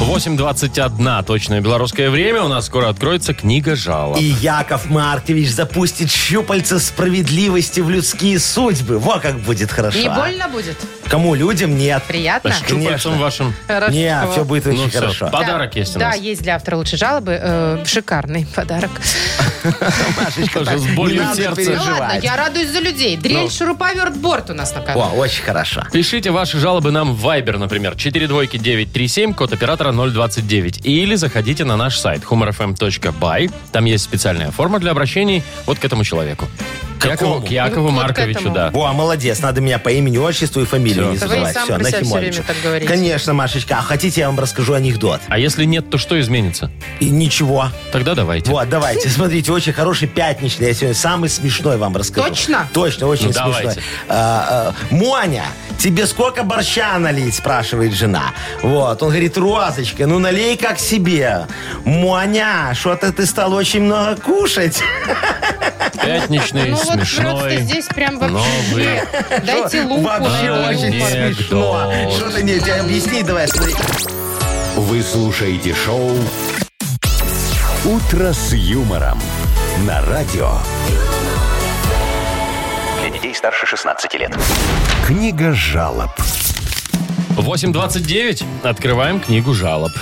S1: 8.21 точное белорусское время. У нас скоро откроется книга жалоб.
S3: И Яков Маркович запустит щупальца справедливости в людские судьбы. Во как будет хорошо. а.
S2: Не больно будет?
S3: Кому? Людям? Нет.
S2: Приятно?
S1: С чупальцем вашим.
S2: Хорошо.
S3: Нет, все будет
S1: Ну
S3: очень
S1: всё,
S3: хорошо.
S1: па- Подарок есть у
S2: да,
S1: нас.
S2: Да, есть для автора лучшей жалобы. Э, шикарный подарок.
S3: А Машечка,
S1: Тоже
S3: так,
S1: с
S3: не
S1: болью
S3: надо
S1: в сердце.
S2: Ну ладно,
S3: переживать.
S2: я радуюсь за людей. Дрель,
S1: Ну.
S2: шуруповерт, борт у нас на канале.
S3: О, очень хорошо.
S1: Пишите ваши жалобы нам в Viber, например, 42937, код оператора 029. Или заходите на наш сайт humorfm.by. Там есть специальная форма для обращений вот к этому человеку. К Якову,
S3: какому?
S1: к Якову
S2: Вот Ну, к
S1: Марковичу,
S2: этому.
S1: да.
S3: Во, молодец, надо меня по имени, отчеству и фамилии
S1: Всё.
S3: не
S2: Вы
S3: забывать.
S2: сам
S3: Все,
S2: про себя всё
S3: Нахимовичу.
S2: время так говорите.
S3: Конечно, Машечка, а хотите, я вам расскажу анекдот?
S1: А если нет, то что изменится?
S3: И ничего.
S1: Тогда давайте.
S3: Вот, давайте, смотрите, очень хороший пятничный. Я сегодня самый смешной вам расскажу.
S2: Точно?
S3: Точно, очень
S1: Ну,
S3: смешной.
S1: давайте.
S3: А, а, Моня, тебе сколько борща налить, спрашивает жена. Вот, он говорит, Розочка, ну налей как себе. Моня, что-то ты стал очень много кушать.
S1: Пятничный,
S2: Ну вот просто
S1: смешной.
S2: здесь прям
S1: новый.
S2: вообще. Дайте луку.
S3: Вообще
S2: наверное,
S3: очень
S2: юмор.
S1: Анекдот.
S3: смешно. Что-то не, тебе объясни, давай, смотри.
S4: Вы слушаете шоу «Утро с юмором». На радио.
S7: Для детей старше 16 лет.
S4: Книга жалоб.
S1: 8.29. Открываем книгу жалоб.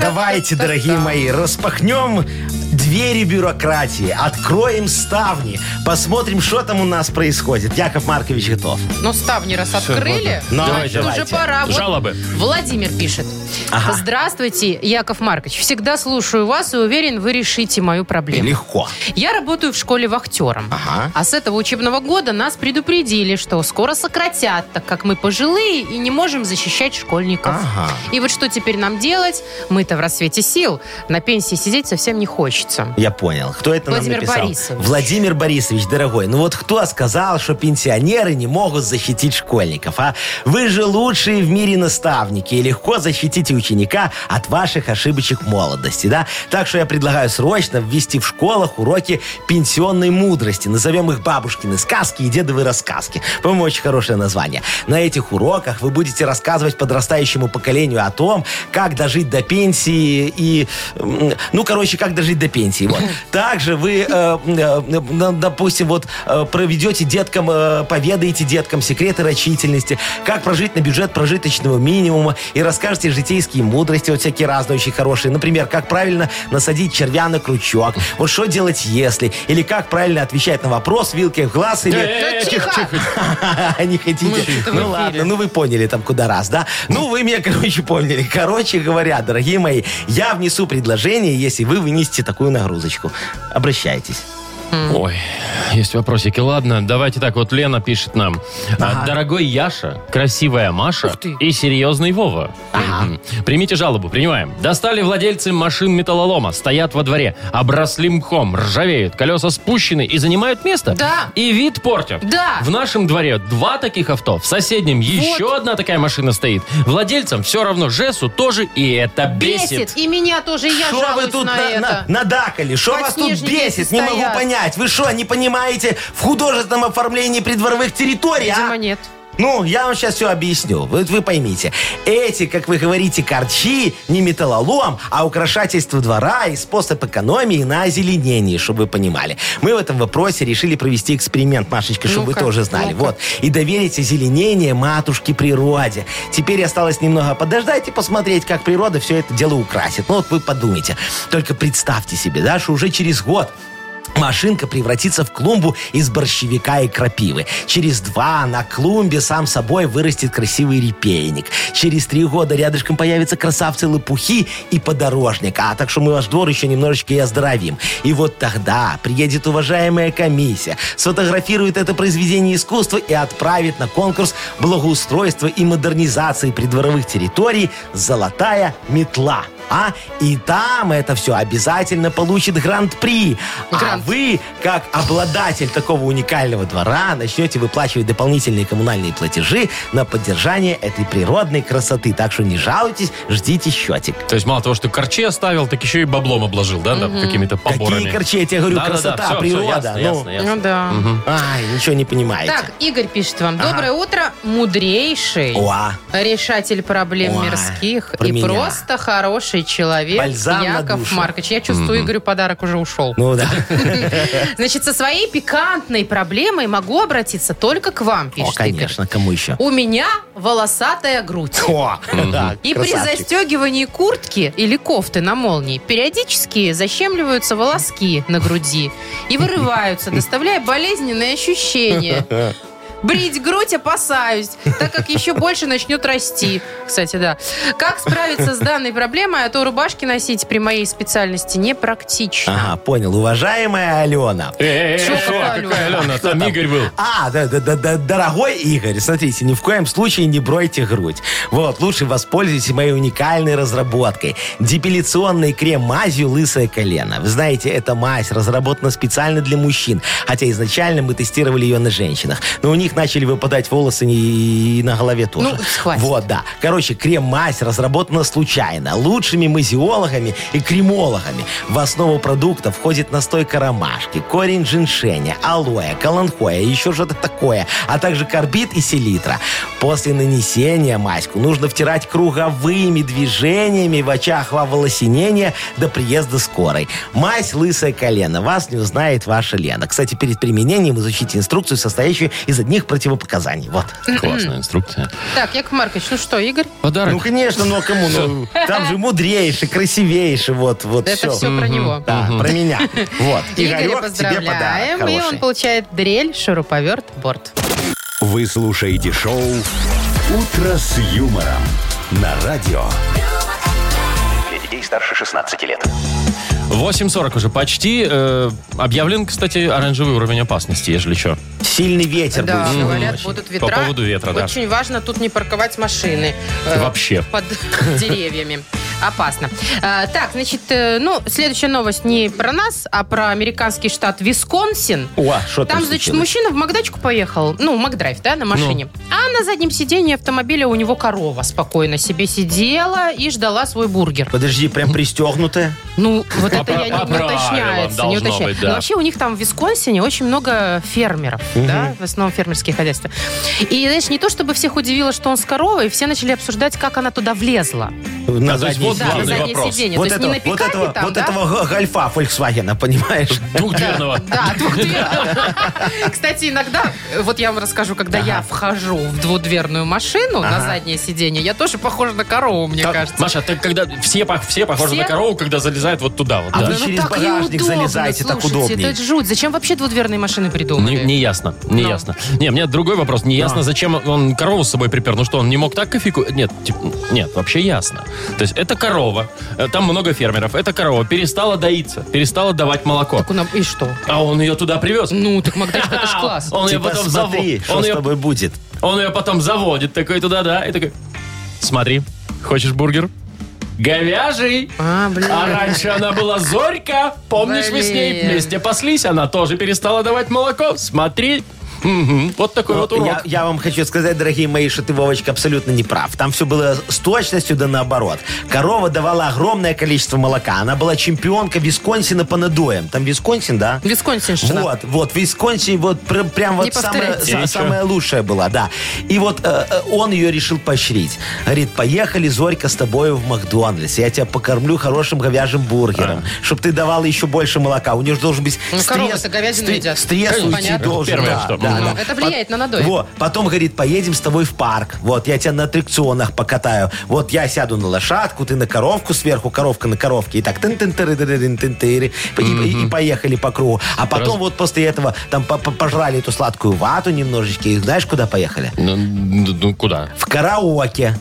S3: Давайте, дорогие мои, распахнем двери бюрократии, откроем ставни, посмотрим, что там у нас происходит. Яков Маркович готов.
S2: Ну, ставни раз открыли,
S3: Ну,
S2: значит,
S3: давайте.
S2: уже пора. Вот
S1: Жалобы.
S2: Владимир пишет.
S3: Ага.
S2: Здравствуйте, Яков Маркович. Всегда слушаю вас и уверен, вы решите мою проблему.
S3: Легко.
S2: Я работаю в школе вахтером.
S3: Ага.
S2: А с этого учебного года нас предупредили, что скоро сократят, так как мы пожилые и не можем защищать школьников.
S3: Ага.
S2: И вот что теперь нам делать? Мы-то в рассвете сил. На пенсии сидеть совсем не хочется.
S3: Я понял. Кто это
S2: Владимир
S3: нам написал?
S2: Борисович.
S3: Владимир Борисович, дорогой, ну вот кто сказал, что пенсионеры не могут защитить школьников, а? Вы же лучшие в мире наставники и легко защитите ученика от ваших ошибочек молодости, да? Так что я предлагаю срочно ввести в школах уроки пенсионной мудрости. Назовем их бабушкины сказки и дедовы рассказки. По-моему, очень хорошее название. На этих уроках вы будете рассказывать подрастающему поколению о том, как дожить до пенсии и... м, Ну, короче, как дожить до пенсии. Вот. Также вы, э, э, ну, допустим, вот э, проведете деткам, э, поведаете деткам секреты рачительности, как прожить на бюджет прожиточного минимума и расскажете житейские мудрости, вот всякие разные очень хорошие. Например, как правильно насадить червя на крючок, вот что делать если, или как правильно отвечать на вопрос вилкой в глаз или...
S1: Э, тихо, тихо.
S3: Не
S2: Мы
S3: хотите?
S2: вообще-то в эфире.
S3: Ну ладно, ну вы поняли там куда раз, да? Ну вы меня, короче, поняли. Короче говоря, дорогие мои, я внесу предложение, если вы вынесете такую нагрузочку. Обращайтесь.
S1: Ой, есть вопросики. Ладно, давайте так. Вот Лена пишет нам. А, Дорогой Яша, красивая Маша
S2: Ух ты.
S1: и серьезный Вова. Мгм. Примите жалобу, принимаем. Достали владельцы машин металлолома, стоят во дворе, обросли мхом, ржавеют, колеса спущены и занимают место.
S2: Да.
S1: И вид портят.
S2: Да.
S1: В нашем дворе два таких авто, в соседнем еще одна такая машина стоит. Владельцам все равно, Жесу тоже, и это бесит.
S2: Бесит. И меня тоже, и я
S3: Что вы
S2: жалуюсь
S3: тут
S2: на,
S3: на-
S2: это.
S3: на- надакали? Что вас тут
S2: Подснежники
S3: бесит? Не могу
S2: стоят.
S3: понять. Вы что, не понимаете в художественном оформлении придворовых территорий, а?
S2: Видимо, нет.
S3: Ну, я вам сейчас все объясню. Вот вы поймите. Эти, как вы говорите, корчи не металлолом, а украшательство двора и способ экономии на озеленении, чтобы вы понимали. Мы в этом вопросе решили провести эксперимент, Машечка, чтобы
S2: Ну-ка,
S3: вы тоже знали.
S2: ну-ка.
S3: Вот. И доверить озеленение матушке природе. Теперь осталось немного подождать и посмотреть, как природа все это дело украсит. Ну, вот вы подумайте. Только представьте себе, да, что уже через год Машинка превратится в клумбу из борщевика и крапивы. Через два на клумбе сам собой вырастет красивый репейник. Через три года рядышком появятся красавцы-лопухи и подорожник. А так что мы ваш двор еще немножечко и оздоровим. И вот тогда приедет уважаемая комиссия, сфотографирует это произведение искусства и отправит на конкурс благоустройства и модернизации придворовых территорий «Золотая метла». А? И там это все обязательно получит гран-при. А
S2: Грант.
S3: вы, как обладатель такого уникального двора, начнете выплачивать дополнительные коммунальные платежи на поддержание этой природной красоты. Так что не жалуйтесь, ждите счетик.
S1: То есть мало того, что корчи оставил, так еще и баблом обложил, да, там, какими-то поборами.
S3: Какие корчи, я тебе говорю,
S1: Да-да-да,
S3: красота,
S1: всё, всё,
S3: природа.
S1: ясно,
S3: ну.
S1: ясно, ясно.
S2: Ну да.
S3: Ай, А, ничего не понимаете.
S2: Так, Игорь пишет вам. Доброе утро, мудрейший.
S3: Уа.
S2: Решатель проблем
S3: Ой,
S2: мирских
S3: а- про
S2: и
S3: меня.
S2: просто хороший человек
S3: Бальзам на
S2: Яков
S3: душу.
S2: Маркович. Я чувствую, Игорю подарок уже ушел.
S3: Ну да.
S2: Значит, со своей пикантной проблемой могу обратиться только к вам,
S3: О,
S2: пишет
S3: конечно, кому еще?
S2: Игорь. У меня волосатая грудь.
S3: О, да,
S2: И при
S3: красавчик.
S2: застегивании куртки или кофты на молнии периодически защемливаются волоски на груди и вырываются, доставляя болезненные ощущения. Брить грудь опасаюсь, так как еще больше начнет расти. Кстати, да. Как справиться с данной проблемой, а то рубашки носить при моей специальности непрактично.
S3: Ага, понял. Уважаемая Алена,
S1: Э, э, э,
S2: Чё,
S1: шо,
S2: какая
S1: какая Алена? Там Игорь был.
S3: А, да, да, да, да, дорогой Игорь, смотрите, ни в коем случае не бройте грудь. Вот, лучше воспользуйтесь моей уникальной разработкой. Депиляционный крем мазью «Лысое колено». Вы знаете, эта мазь разработана специально для мужчин, хотя изначально мы тестировали ее на женщинах. Но у них начали выпадать волосы и и на голове тоже.
S2: Ну, хватит.
S3: Вот, да. Короче, крем-мазь разработана случайно. Лучшими мазиологами и кремологами. В основу продукта входит настойка ромашки, корень женьшеня, алоэ, каланхоя, еще что-то такое, а также карбид и селитра. После нанесения маську нужно втирать круговыми движениями в очах во волосинение до приезда скорой. Мазь лысое колено. Вас не узнает ваша Лена. Кстати, перед применением изучите инструкцию, состоящую из одних противопоказаний. Вот.
S1: Классная инструкция.
S2: Так, Яков Маркович, ну что, Игорь?
S1: Подарок.
S3: Ну, конечно, но кому? Ну, там же мудрейший, красивейший, вот, вот
S2: Это все про него.
S3: Да, про меня. Вот.
S2: Игоря
S3: Игорек, тебе подарок
S2: поздравляем. И он
S3: хороший.
S2: получает дрель, шуруповерт, борт.
S4: Вы слушаете шоу «Утро с юмором» на радио.
S7: Для детей старше 16 лет.
S1: 8.40 уже почти. Э, объявлен, кстати, оранжевый уровень опасности, ежели что.
S3: Сильный ветер
S2: Да,
S3: будет.
S2: говорят, будут ветра.
S1: поводу ветра, да.
S2: Очень важно тут не парковать машины. э,
S1: Вообще.
S2: Под деревьями. Опасно. А, Так, значит, э, ну, следующая новость не про нас, а про американский штат Висконсин.
S3: О, а что
S2: Там, значит, мужчина в Макдачку поехал, ну, Макдрайв, да, на машине. А на заднем сиденье автомобиля у него корова спокойно себе сидела и ждала свой бургер.
S3: Подожди, прям пристегнутая.
S2: Ну, вот это я
S1: по
S2: не- не,
S1: правилам
S2: уточняется. Не
S1: должно
S2: уточняется.
S1: быть, да.
S2: Но вообще у них там в Висконсине очень много фермеров, да, в основном фермерские хозяйства. И, знаешь, не то чтобы всех удивило, что он с коровой, все начали обсуждать, как она туда влезла.
S3: На
S1: то есть
S3: заднее
S1: вот
S2: Да, на
S3: сиденье.
S1: главный
S2: заднее
S1: вопрос.
S2: сиденье.
S3: Вот
S2: то есть не
S3: этого,
S2: на
S3: вот
S2: пикапе
S3: этого,
S2: там,
S3: вот
S2: да?
S3: этого г- гольфа Фольксвагена, понимаешь?
S1: Двухдверного.
S2: Да, двухдверного. Кстати, иногда, э, вот я вам расскажу, когда я вхожу в двудверную машину на заднее сиденье, я тоже похожа на корову, мне
S1: Как-
S2: кажется.
S1: Маша, ты когда все, пах- все похожи
S2: Все?
S1: на корову, когда залезают вот туда вот,
S3: А
S1: да.
S3: вы- через
S2: Ну, так
S3: багажник
S2: неудобно,
S3: залезайте, так
S2: слушайте,
S3: удобней.
S2: Это жуть. Зачем вообще двудверные машины придумали?
S1: Не, не ясно, не
S2: Но.
S1: ясно. Не, у меня другой вопрос. Не ясно, зачем он корову с собой припер. Ну что, он не мог так кофейку? Нет, типа, нет, вообще ясно. То есть это корова, э, там много фермеров, эта корова перестала доиться, перестала давать молоко.
S2: Так у нас- И что?
S1: А он ее туда привез. А,
S2: Ну, так Макдачка, это ж класс.
S1: Он ее
S3: Типа,
S1: потом
S3: смотри,
S1: заводит.
S3: что с тобой будет.
S1: Он ее потом заводит, такой туда, да, и такой, смотри, хочешь бургер? Говяжий!
S2: А, блин.
S1: А раньше она была Зорька, помнишь, мы с ней
S2: Блин.
S1: вместе паслись, она тоже перестала давать молоко, смотри. Мгм. Вот такой вот урок.
S3: Э, Я, я вам хочу сказать, дорогие мои, что ты, Вовочка, абсолютно не прав. Там все было с точностью да наоборот. Корова давала огромное количество молока. Она была чемпионка Висконсина по надоям. Там Висконсин, да?
S2: Висконсинщина.
S3: Вот, вот, Висконсин, вот прям, прям
S2: Не
S3: вот самая,
S2: повторяйте.
S3: са- самая лучшая была, да. И вот э, э, он ее решил поощрить. Говорит, поехали, Зорька, с тобой в Макдональдс. Я тебя покормлю хорошим говяжьим бургером, чтобы ты давала еще больше молока. У нее же должен быть
S2: Ну,
S3: стресс.
S2: коровы-то говядину
S3: стре-
S2: едят. Ну,
S3: Стресс уйти
S2: Понятно.
S3: должен.
S1: Первое,
S3: да,
S1: что.
S3: да. Да, да.
S2: Это влияет на надой.
S3: Во, потом говорит, поедем с тобой в парк. Вот, я тебя на аттракционах покатаю. Вот, я сяду на лошадку, ты на коровку сверху, коровка на коровке. И так тын тын тыры тыры тын тын тыры И- и, и поехали по кругу. А потом
S1: Раз-
S3: вот после этого там по- по- пожрали эту сладкую вату немножечко. И знаешь, куда поехали?
S1: Ну, ну, ну, куда?
S3: в караоке.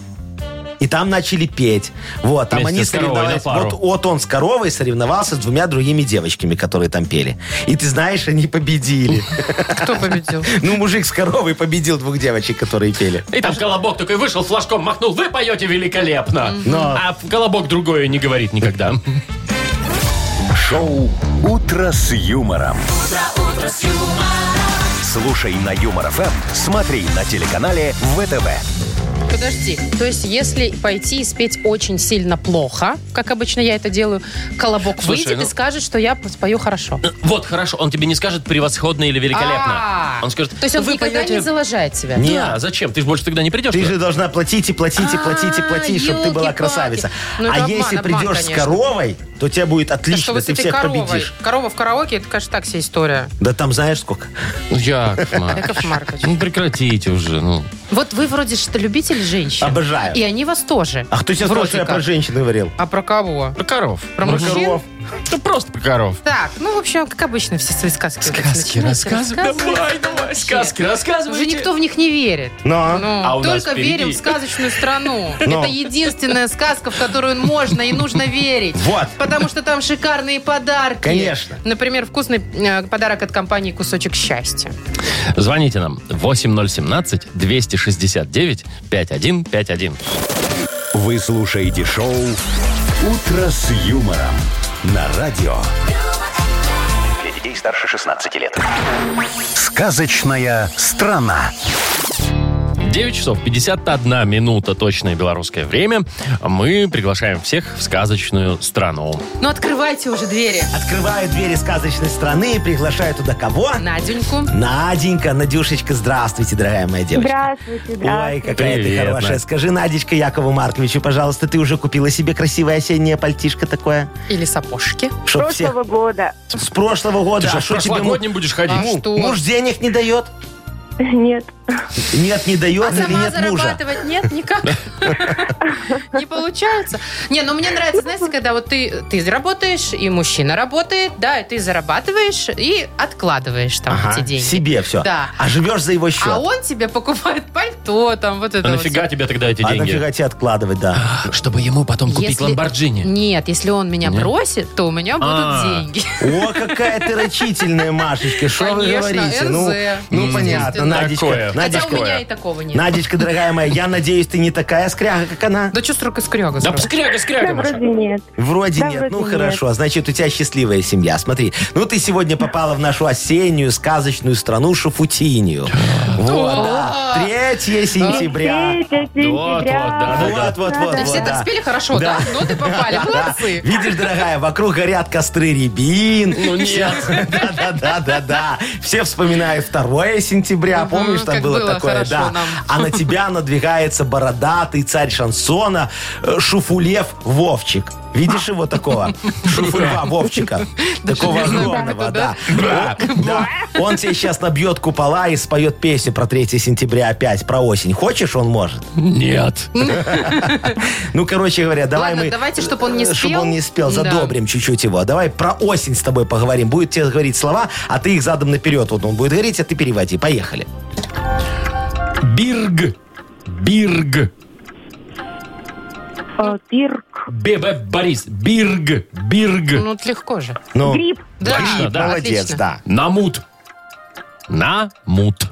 S3: И там начали петь. Вот, там
S1: Вместе
S3: они
S1: с коровой
S3: соревновались.
S1: на пару.
S3: Вот, вот он с коровой соревновался с двумя другими девочками, которые там пели. И ты знаешь, они победили.
S2: А Кто победил?
S3: Ну, мужик с коровой победил двух девочек, которые пели.
S1: И там колобок такой вышел, флажком махнул. Вы поете великолепно. А колобок другое не говорит никогда.
S4: Шоу «Утро с юмором». Слушай на Юмор ФМ, смотри на телеканале ВТВ.
S2: Подожди. То есть, если пойти и спеть очень сильно плохо, как обычно я это делаю, колобок
S1: Слушай,
S2: выйдет
S1: ну-
S2: и скажет, что я спою хорошо.
S1: Вот, хорошо. Он тебе не скажет превосходно или великолепно.
S2: А.
S1: Он скажет,
S2: То есть он
S1: вы
S2: никогда
S1: поете...
S2: не залажает тебя.
S3: Не,
S1: Да, зачем? Ты же больше тогда не придешь.
S3: Ты
S1: туда.
S3: же должна платить и платить и платить и
S2: А,
S3: платить, чтобы ты была
S2: ёлки-палки.
S3: красавица.
S2: Ну, это
S3: А
S2: обман,
S3: если
S2: обман,
S3: придешь с
S2: конечно.
S3: коровой, то тебя будет
S2: Да что
S3: отлично,
S2: вы с
S3: ты
S2: этой
S3: всех
S2: коровой?
S3: победишь.
S2: Корова в караоке, это, конечно, так себе история.
S3: Да там знаешь сколько?
S1: Ну, Яков Маркович.
S2: Яков Маркович.
S1: Ну, прекратите уже, ну.
S2: Вот вы вроде что любитель женщин.
S3: Обожаю.
S2: И они вас тоже.
S3: А кто тебе сказал,
S2: Вроде
S3: что я
S2: как.
S3: про женщин говорил?
S2: А про кого?
S1: Про коров.
S2: Про
S1: Ну,
S2: мужчин?
S3: коров.
S1: Да просто про коров.
S2: Так, ну, в общем, как обычно, все свои сказки. вот эти
S1: Сказки
S2: начинаете
S1: рассказывай.
S2: рассказывать.
S1: Давай, давай, сказки рассказывай.
S2: Уже никто в них не верит.
S3: Но.
S2: Ну,
S1: А у нас
S2: только
S1: впереди.
S2: верим в сказочную страну.
S3: Ну.
S2: Это единственная сказка, в которую можно и нужно верить.
S3: Вот.
S2: Потому что там шикарные подарки.
S3: Конечно.
S2: Например, вкусный э, подарок от компании «Кусочек счастья».
S1: Звоните нам 8017-269-5151.
S4: Вы слушаете шоу «Утро с юмором» на радио.
S7: Для детей старше 16 лет.
S4: Сказочная страна.
S1: 9 часов 51 минута точное белорусское время. Мы приглашаем всех в сказочную страну.
S2: Ну, открывайте уже двери.
S3: Открываю двери сказочной страны и приглашаю туда кого?
S2: Наденьку.
S3: Наденька, Надюшечка, здравствуйте, дорогая моя девочка.
S8: Здравствуйте,
S3: Ой,
S8: здравствуйте.
S3: какая
S1: Привет,
S3: ты хорошая.
S1: Надь.
S3: Скажи, Надечка Якову Марковичу, пожалуйста, ты уже купила себе красивое осеннее пальтишко такое?
S2: Или сапожки.
S3: Чтоб
S8: Прошлого года.
S3: всех- С прошлого года.
S1: Ты
S3: а
S1: же в
S3: что тебе му-
S1: прошлогоднем будешь ходить.
S2: А
S3: му-
S2: что?
S3: муж денег не дает?
S8: Нет.
S3: Нет, не дает
S2: А
S3: или
S2: сама
S3: нет мужа?
S2: зарабатывать нет никак. Не получается. Не, ну мне нравится, знаете, когда вот ты, ты работаешь, и мужчина работает, да, и ты зарабатываешь и откладываешь там
S3: Ага,
S2: эти деньги.
S3: себе все.
S2: Да.
S3: А живешь за его счет.
S2: А он тебе покупает пальто, там вот это
S1: А
S2: вот
S1: нафига тебе тогда эти
S3: А
S1: деньги? А,
S3: нафига тебе откладывать, да.
S1: Чтобы ему потом
S2: всё.
S1: купить
S2: Если-
S1: ламборджини.
S2: Нет, если он меня
S1: Нет?
S2: бросит, то у меня будут
S1: А.
S2: деньги.
S3: О, какая ты рачительная, Машечка, что вы
S2: Конечно,
S3: говорите? Ну,
S2: НЗ,
S3: ну понятно,
S2: естественно.
S3: Надечка.
S1: Такое.
S2: Хотя у
S3: Надечка,
S2: меня и такого нет.
S3: Надечка, дорогая моя, я надеюсь, ты не такая скряга, как она?
S2: Да что строка скряга?
S1: Да скряга, скряга,
S8: Да,
S1: Маша.
S8: вроде нет.
S3: Вроде
S8: Да,
S3: нет.
S8: вроде
S3: ну
S8: нет.
S3: хорошо, значит, у тебя счастливая семья. Смотри, ну ты сегодня попала в нашу осеннюю сказочную страну Шафутинию. Вот, да. 3 сентября.
S8: Третье
S1: вот, да.
S8: сентября.
S3: Вот, вот, вот,
S8: Да,
S3: вот.
S2: все так
S3: да.
S2: спели хорошо, да?
S3: Да.
S2: Ноты попали,
S3: Да.
S2: молодцы.
S3: Видишь, дорогая, вокруг горят костры рябин.
S1: Ну нет.
S3: Да-да-да-да-да. Все вспоминают 2 сентября.
S2: Мгм,
S3: Помнишь, там
S2: как
S3: было
S2: было
S3: такое?
S2: хорошо
S3: Да.
S2: нам.
S3: А на тебя надвигается бородатый царь шансона э, Шуфулев Вовчик. Видишь его такого? Шуфулева Вовчика. Такого
S2: не знаю, как
S3: огромного,
S2: это,
S3: да. Он- да. Он тебе сейчас набьет купола и споет песню про 3 сентября опять, про осень. Хочешь, он может?
S1: Нет.
S3: Ну, короче говоря, давай
S2: Ладно,
S3: мы...
S2: давайте, чтоб он не
S3: э, чтоб
S2: спел.
S3: он не спел,
S2: Да.
S3: задобрим чуть-чуть его. Давай про осень с тобой поговорим. Будет тебе говорить слова, а ты их задом наперед. Вот он будет говорить, а ты переводи. Поехали.
S1: Бирг. Бирг.
S8: Э, Пирк.
S1: Бебе Борис. Бирг. Бирг.
S2: Ну, это легко же.
S3: Ну,
S8: Гриб.
S2: Да,
S1: Отлично, да.
S3: молодец,
S2: отлично.
S3: да.
S1: А. Намут. Намут.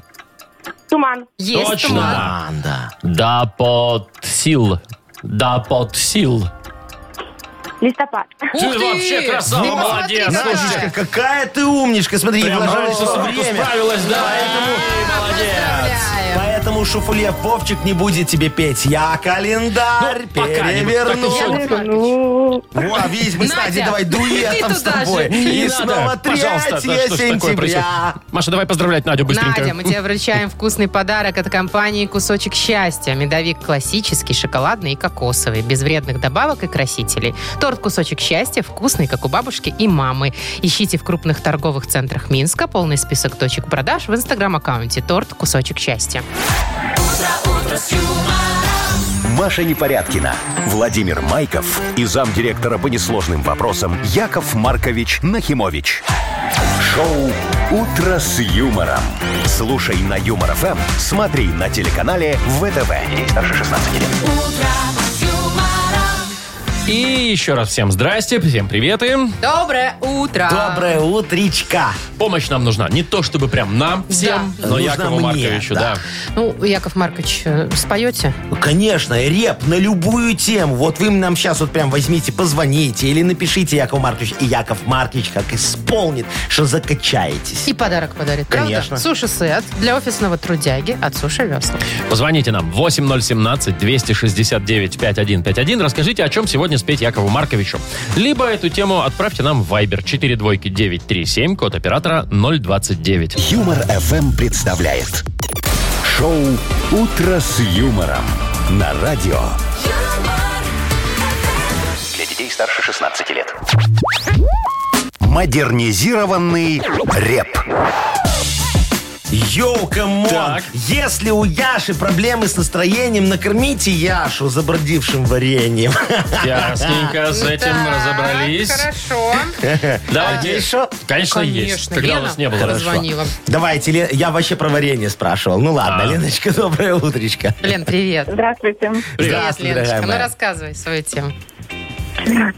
S8: Туман.
S2: Есть
S1: Точно.
S2: туман.
S3: А, да.
S1: Да под сил. Да под сил.
S8: Листопад.
S2: Ух
S1: Ты вообще красава,
S2: Ты Ну, посмотри,
S1: молодец,
S2: какая.
S3: Надюшка, какая ты умница. Какая ты умничка. Смотри,
S1: Прям
S3: вложила
S1: раньше
S3: во
S1: срока
S3: время.
S1: справилась, да.
S2: Поздравляем.
S3: Поэтому потому что Фульев Вовчик не будет тебе петь. Я календарь
S1: Ну, пока не будет. Так и
S3: переверну.
S1: всё.
S2: Яков Маркович.
S8: Ну,
S3: Ну, а видишь, мы с Надей
S2: Надя,
S3: давай дуэтом
S2: ты
S3: с
S2: туда
S3: тобой.
S2: же.
S3: И
S1: Не
S3: снова
S1: надо, пожалуйста,
S3: 3
S1: да, что ж такое
S3: сентября.
S1: происходит? Маша, давай поздравлять Надю быстренько.
S2: Надя, мы тебе вручаем вкусный подарок от компании «Кусочек счастья». Медовик классический, шоколадный и кокосовый, без вредных добавок и красителей. Торт «Кусочек счастья» вкусный, как у бабушки и мамы. Ищите в крупных торговых центрах Минска. Полный список точек продаж в инстаграм-аккаунте «Торт «Кусочек счастья».
S4: Маша Непорядкина, Владимир Майков и замдиректора по несложным вопросам Яков Маркович Нахимович. Шоу «Утро с юмором». Слушай на Юмор ФМ, смотри на телеканале ВТВ. Здесь старше 16 лет.
S1: И еще раз всем здрасте, всем привет и
S2: Доброе утро!
S3: Доброе утречка.
S1: Помощь нам нужна. Не то чтобы прям нам всем,
S3: Да.
S1: но
S3: Нужна
S1: Якову
S3: мне,
S1: Марковичу, да.
S3: да.
S2: Ну, Яков Маркович, э, споете?
S3: Ну, Конечно, реп на любую тему. Вот вы нам сейчас вот прям возьмите, позвоните или напишите Яков Маркович. И Яков Маркович как исполнит, что закачаетесь.
S2: И подарок подарит, правда?
S3: Конечно.
S2: Суши-сет для офисного трудяги от Суши Весла.
S1: Позвоните нам 8017-269-5151. Расскажите, о чем сегодня спеть Якову Марковичу. Либо эту тему отправьте нам в Viber 42937, код оператора 029.
S4: Юмор ФМ представляет. Шоу «Утро с юмором» на радио.
S7: Для детей старше 16 лет.
S4: Модернизированный рэп.
S3: Йоу, камон!
S1: Так.
S3: Если у Яши проблемы с настроением, накормите Яшу забродившим вареньем.
S1: А Ясненько, с этим
S2: Так,
S1: разобрались.
S2: Хорошо.
S1: Да,
S3: А,
S1: есть.
S3: еще?
S1: Конечно, есть.
S2: Конечно.
S1: Когда у
S2: Лена
S1: нас не было.
S2: позвонила.
S3: Давайте, Лен- я вообще про варенье спрашивал. Ну ладно,
S1: А.
S3: Леночка, доброе утречко.
S2: Лен, привет.
S8: здравствуйте.
S2: Привет,
S3: Здравствуй,
S2: Леночка.
S3: дорогая
S2: Ну,
S3: моя.
S2: рассказывай свою тему.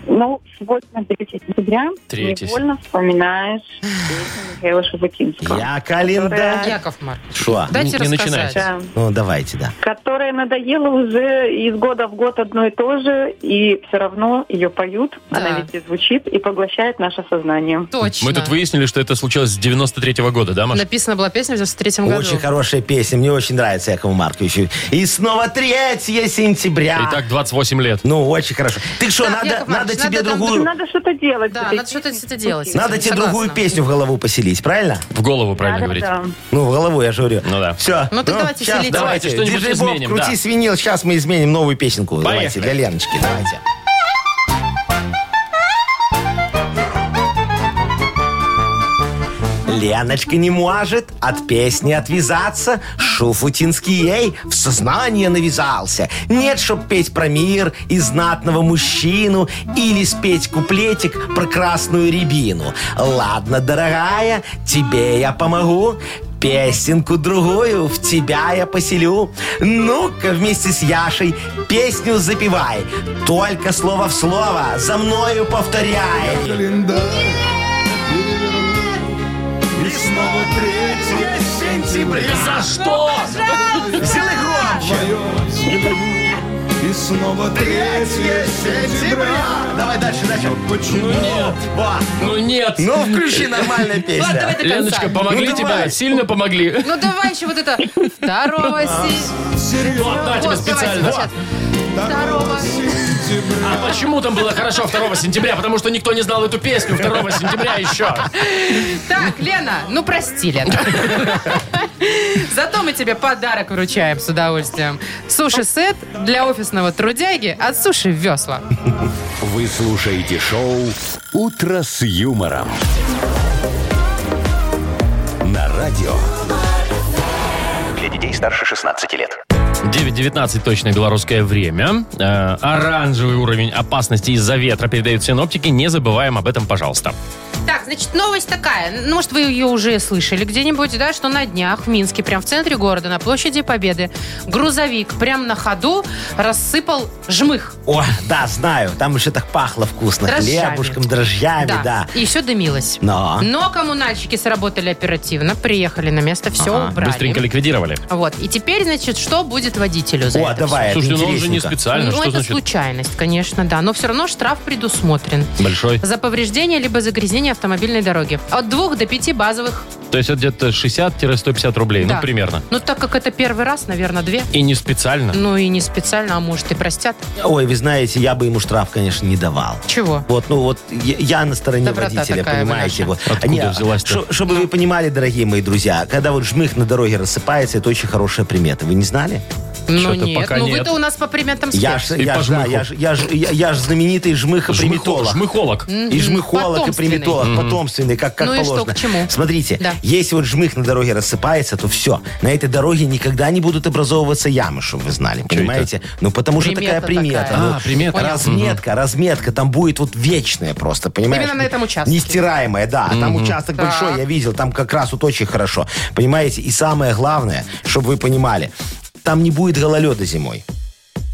S8: Ну, сегодня 3 сентября.
S1: Третий.
S8: Невольно вспоминаешь песню Михаила Шуфутинского.
S3: Я календарь.
S2: Яков Маркович,
S3: Шо?
S2: дайте
S1: не
S2: рассказать.
S1: начинайте.
S8: Да.
S3: Ну, давайте, да.
S8: которая надоела уже из года в год одно и то же, и все равно ее поют,
S2: Да.
S8: она ведь и звучит, и поглощает наше сознание.
S2: Точно.
S1: Мы тут выяснили, что это случилось с 93-го года, да, Маша?
S2: Написана была песня в 93 году.
S3: Очень хорошая песня, мне очень нравится Якову Марковичу. И снова 3 сентября.
S1: Итак, 28 лет.
S3: Ну, очень хорошо. Ты что,
S2: Так,
S3: надо,
S2: Яков
S3: надо
S2: Маркович,
S3: тебе
S2: надо там
S3: другую...
S8: Надо что-то делать.
S2: Да,
S8: с этой
S2: надо что-то с
S8: песней.
S2: этим делать.
S3: Надо тебе
S2: Согласна.
S3: другую песню в голову поселить, правильно?
S1: В голову, правильно
S8: Надо,
S1: говорить.
S8: да.
S3: Ну, в голову, я же говорю.
S1: Ну да.
S3: Все.
S2: Ну, так давайте
S3: щас,
S2: селите.
S1: Давайте
S3: давайте.
S1: что-нибудь
S3: Диджей Боб,
S1: изменим,
S3: крути
S1: да.
S3: свинил. Сейчас мы изменим новую песенку. Давайте,
S1: Поехали.
S3: для Леночки. Давайте. Леночка не может от песни отвязаться. Шуфутинский ей в сознание навязался. Нет, чтоб петь про мир и знатного мужчину или спеть куплетик про красную рябину. Ладно, дорогая, тебе я помогу. Песенку другую в тебя я поселю. Ну-ка вместе с Яшей песню запевай. Только слово в слово за мною повторяй. И снова 3 сентября.
S1: За что?
S3: Сделай громче.
S6: И снова 3 сентября.
S3: Давай дальше, дальше.
S6: Почему?
S3: Нет.
S1: Ну нет.
S3: Ну, включи нормальная
S2: Ладно,
S3: песня.
S2: давай до конца.
S1: Леночка, помогли
S3: Ну,
S1: тебе?
S3: давай.
S1: Сильно помогли?
S2: Ну давай еще вот это. Второго
S3: А.
S2: си-
S1: Вот, на Ну, тебе
S2: Вот, давайте,
S1: специально.
S2: сейчас. Второго.
S1: А почему там было хорошо 2 сентября? Потому что никто не знал эту песню 2 сентября еще.
S2: Так, Лена, ну прости, Лена. Зато мы тебе подарок вручаем с удовольствием. Суши-сет для офисного трудяги от Суши Весла.
S4: Вы слушаете шоу «Утро с юмором». На радио.
S7: Для детей старше 16 лет.
S1: 9.19 точное белорусское время. Э, оранжевый уровень опасности из-за ветра передают синоптики. Не забываем об этом, пожалуйста.
S2: Так, значит, новость такая. Ну, Может, вы ее уже слышали где-нибудь, да, что на днях в Минске, прям в центре города, на площади Победы, грузовик прям на ходу рассыпал жмых.
S3: О, да, знаю. Там еще так пахло вкусно.
S2: Дрожжами.
S3: Хлебушком, дрожжами, А, да.
S2: И все дымилось.
S3: Но.
S2: Но коммунальщики сработали оперативно, приехали на место, все
S3: Ага,
S2: убрали.
S1: Быстренько ликвидировали.
S2: Вот. И теперь, значит, что будет водителю за
S3: О,
S2: это
S3: давай, это
S1: Слушайте, ну он же не
S3: интересненько.
S1: специально.
S2: ну,
S1: Что
S2: это
S1: значит
S2: случайность, конечно, да. Но все равно штраф предусмотрен.
S1: большой?
S2: За повреждение либо загрязнение автомобильной дороги. От двух до пяти базовых.
S1: То есть это где-то 60-150 рублей,
S2: Да.
S1: ну, примерно.
S2: Ну, так как это первый раз, наверное, две.
S1: И не специально.
S2: Ну и не специально, а может и простят.
S3: Ой, вы знаете, я бы ему штраф, конечно, не давал.
S2: Чего?
S3: Вот, ну вот, я, я на стороне
S2: Доброта
S3: водителя,
S2: такая вы наша.
S3: понимаете. Вот. а,
S1: Откуда взялась-то?
S3: шо- чтобы вы понимали, дорогие мои друзья, когда вот жмых на дороге рассыпается, это очень хорошая примета. Вы не знали?
S2: Ну
S1: Что-то
S2: нет,
S1: пока
S2: ну
S1: нет.
S2: вы-то у нас по приметам
S3: Я
S2: спец.
S3: ж,
S1: И
S3: я
S1: по
S3: ж, да,
S1: жмыху.
S3: я ж- я ж- я- я ж знаменитый
S1: Жмыхо-
S3: жмых-приметолог.
S1: Жмыхолог.
S3: И жмыхолог, и
S2: Потомственный.
S3: приметолог, потомственный, как, как
S2: Ну и что,
S3: положено.
S2: к чему?
S3: Смотрите,
S2: Да.
S3: если вот жмых на дороге рассыпается, то все. На этой дороге никогда не будут образовываться ямы, чтобы вы знали, понимаете? Ну, потому что
S2: Примета
S3: такая примета.
S2: такая.
S3: ну,
S1: А, примета.
S3: Разметка, разметка, там будет вот вечная просто, понимаете?
S2: Именно на этом участке.
S3: Нестираемая, да. А Там участок
S2: Так.
S3: большой, я видел, там как раз вот очень хорошо. Понимаете? И самое главное, чтобы вы понимали, там не будет гололеда зимой.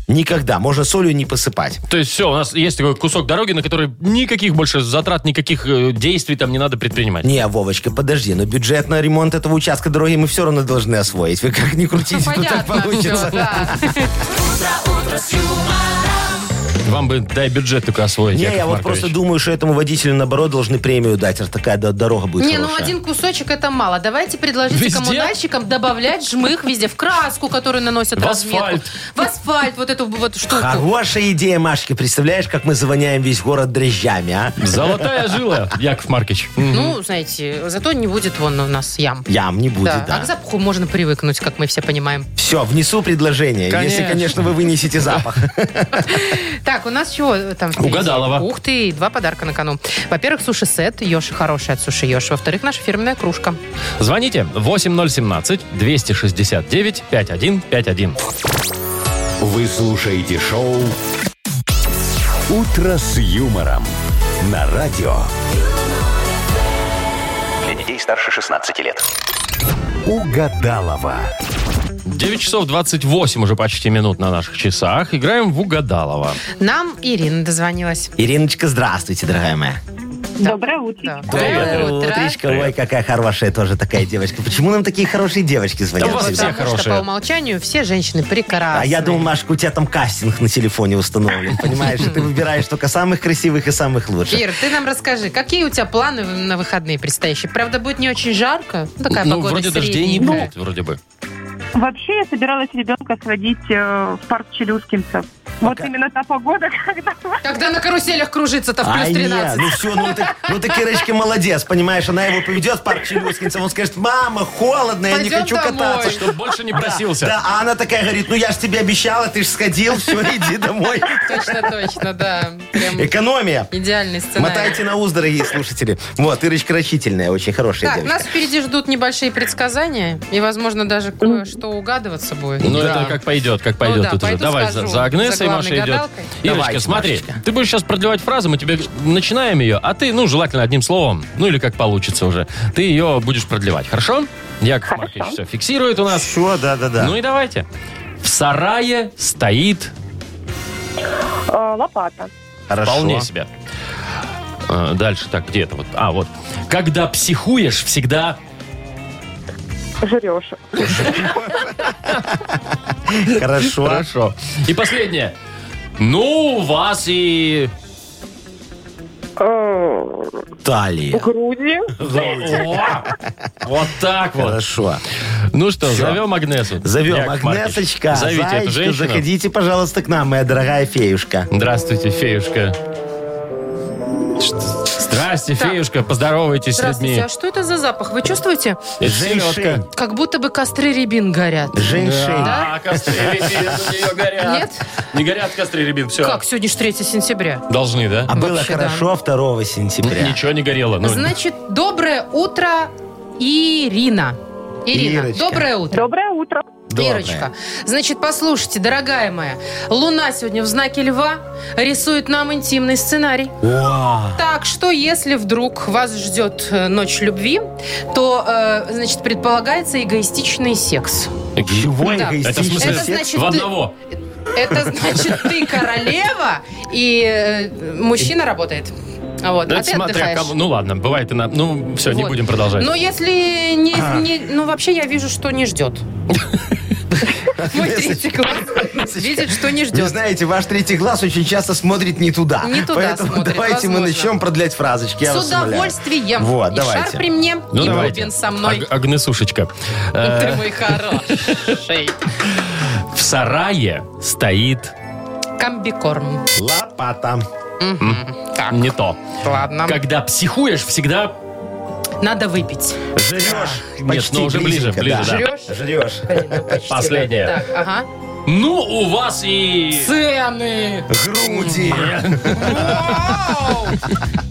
S3: Никогда. Можно солью не посыпать.
S1: То есть все, у нас есть такой кусок дороги, на который никаких больше затрат, никаких э, действий там не надо предпринимать.
S3: Не, Вовочка, подожди, но бюджет на ремонт этого участка дороги мы все равно должны освоить. Вы как ни
S2: Ну,
S3: крутите, то так
S2: понятно все,
S3: получится.
S2: да.
S1: Вам бы дай бюджет только освоить.
S3: Не,
S1: Яков
S3: я вот
S1: Маркович.
S3: просто думаю, что этому водителю, наоборот, должны премию дать, раз такая до- дорога будет
S2: Не, ну
S3: хорошая.
S2: один кусочек это мало. Давайте предложите
S1: Везде?
S2: коммунальщикам добавлять жмых везде. В краску, которую наносят
S1: В
S2: разметку.
S1: асфальт.
S2: В асфальт, вот эту вот штуку.
S3: Хорошая идея, Машки. Представляешь, как мы завоняем весь город дрожжами, а?
S1: Золотая жила, Яков Маркович.
S2: Ну, знаете, зато не будет вон у нас ям.
S3: Ям не будет,
S2: А
S3: да.
S2: к запаху можно привыкнуть, как мы все понимаем.
S3: Все, внесу предложение, если,
S1: Конечно.
S3: конечно, вы вынесете запах.
S2: Так, у нас чего э, там? впереди?
S1: Угадалова.
S2: Ух ты, два подарка на кону. Во-первых, суши-сет, Йоши хороший от суши Йоши. Во-вторых, наша фирменная кружка.
S1: Звоните 8017-269-5151.
S4: Вы слушаете шоу «Утро с юмором» на радио.
S7: Для детей старше 16 лет.
S4: Угадалова.
S1: 9 часов 28 уже почти минут на наших часах. Играем в Угадалова.
S2: Нам Ирина дозвонилась.
S3: Ириночка, здравствуйте, дорогая моя.
S8: Доброе утро.
S1: Доброе
S3: Утречка, ой, какая хорошая тоже такая девочка. Почему нам такие хорошие девочки звонят?
S1: Да у вас
S3: всегда?
S1: все
S2: Потому что
S1: хорошие.
S2: по умолчанию все женщины прекрасны.
S3: А я думал, Машка, у тебя там кастинг на телефоне установлен, понимаешь? И ты выбираешь только самых красивых и самых лучших.
S2: Ир, ты нам расскажи, какие у тебя планы на выходные предстоящие? Правда, будет не очень жарко? Ну, такая
S1: ну,
S2: погода
S1: вроде дождей не
S2: средненькая.
S1: будет, вроде бы.
S8: Вообще я собиралась ребенка сводить э, в парк Челюскинцев. Вот именно та погода, когда...
S2: Когда на каруселях кружится-то
S1: А,
S2: в плюс
S3: Ай, нет,
S2: 13.
S3: ну все, ну ты, ну ты, Кирочка, молодец, понимаешь, она его поведет в парк Челюскинцев, он скажет, мама, холодно, я не
S2: Пойдем
S3: хочу
S2: домой».
S3: кататься.
S1: Чтобы больше не просился.
S3: Да, а она такая говорит, ну я же тебе обещала, ты же сходил, все, иди домой.
S2: Точно, точно, да. Прям
S3: Экономия.
S2: идеальный сценарий.
S3: Мотайте на ус, дорогие слушатели. Вот, Ирочка рачительная, очень хорошая
S2: Так,
S3: девочка.
S2: нас впереди ждут небольшие предсказания, и, возможно, даже
S8: Ну.
S2: кое-что угадываться будет.
S1: Ну,
S2: Да.
S1: это как пойдет, как пойдет
S2: да,
S1: тут уже.
S2: пойду
S1: Давай
S2: скажу.
S1: за, за Агнесой
S2: За главной
S1: Маша идет.
S2: гадалкой.
S1: Ирочка,
S3: Давайте,
S1: смотри,
S3: Машечка.
S1: ты будешь сейчас продлевать фразу, мы тебе начинаем ее, а ты, ну, желательно одним словом, ну или как получится уже, ты ее будешь продлевать, хорошо? Яков Маркович все фиксирует у нас.
S3: Все, да-да-да.
S1: Ну и давайте. В сарае стоит
S8: Э, лопата.
S3: Хорошо.
S1: вполне себе. Э, Дальше, так, где это вот? А, вот. Когда психуешь, всегда...
S8: Жрешь.
S3: Хорошо.
S1: Хорошо. И последнее. Ну, у вас и...
S3: Талия.
S8: груди.
S1: О! Вот так вот.
S3: Хорошо.
S1: Ну что, зовем Агнесу.
S3: Зовем
S1: Яков Маркович.
S3: Агнесочка.
S1: Зовите эту
S3: Зайчка,
S1: женщину.
S3: заходите, пожалуйста, к нам, моя дорогая феюшка.
S1: Здравствуйте, феюшка. Что- Здрасте, феюшка, поздоровайтесь с
S2: Здравствуйте,
S1: людьми.
S2: а что это за запах? Вы чувствуете?
S1: Это
S3: Женьшень.
S1: селедка.
S2: Как будто бы костры рябин горят.
S3: Женьшень.
S1: А, костры рябин у нее горят.
S2: Нет?
S1: Не горят костры рябин, все.
S2: Как? Сегодня же 3 сентября.
S1: Должны, да?
S3: А было
S2: Вообще, да.
S3: хорошо 2 сентября.
S1: Ничего не горело. ну.
S2: Значит, доброе утро, Ирина. Ирина,
S3: Ирочка.
S2: доброе утро.
S8: Доброе утро.
S3: Доброе.
S2: Ирочка, значит, послушайте, дорогая моя, Луна сегодня в знаке льва рисует нам интимный сценарий.
S3: О,
S2: Так что, если вдруг вас ждет э, ночь любви, то, э, значит, предполагается эгоистичный секс.
S3: чего
S2: Да.
S1: э, Это в
S3: эгоистичный
S1: смысле
S2: Это
S3: секс?
S2: значит,
S1: в
S2: ты-
S1: одного.
S2: Это значит, ты королева, и э, мужчина работает. А Вот,
S1: Да
S2: а ты
S1: смотря
S2: отдыхаешь.
S1: кому- Ну ладно, бывает и на... Ну все, не
S2: Вот.
S1: будем продолжать.
S2: Но если не, не- Ну, вообще я вижу, что не ждет. Мой третий класс видит, что не
S3: Вы
S2: ждет.
S3: знаете, ваш третий глаз очень часто смотрит не туда.
S2: Не туда
S3: Поэтому
S2: смотрит,
S3: давайте мы
S2: возможно.
S3: начнем продлять фразочки. я вас
S2: С
S3: умоляю.
S2: удовольствием.
S3: Вот,
S2: и
S3: давайте.
S2: шар при мне,
S1: Ну,
S2: и
S1: давайте.
S2: Бубен со мной.
S1: Аг- Агнесушечка. Э,
S2: Ты мой хороший.
S1: В сарае стоит
S2: Комбикорм.
S3: Лопата.
S2: Так,
S1: не то.
S2: ладно.
S1: Когда психуешь, всегда
S2: Надо выпить.
S3: Жрешь.
S1: Нет,
S3: Почти
S1: но уже ближе,
S3: близенько,
S1: ближе,
S3: да.
S1: да.
S2: Жрешь?
S3: Жрешь.
S1: Последнее.
S2: Так, ага. эм,
S1: Ну, у вас и...
S2: Цены.
S3: Груди.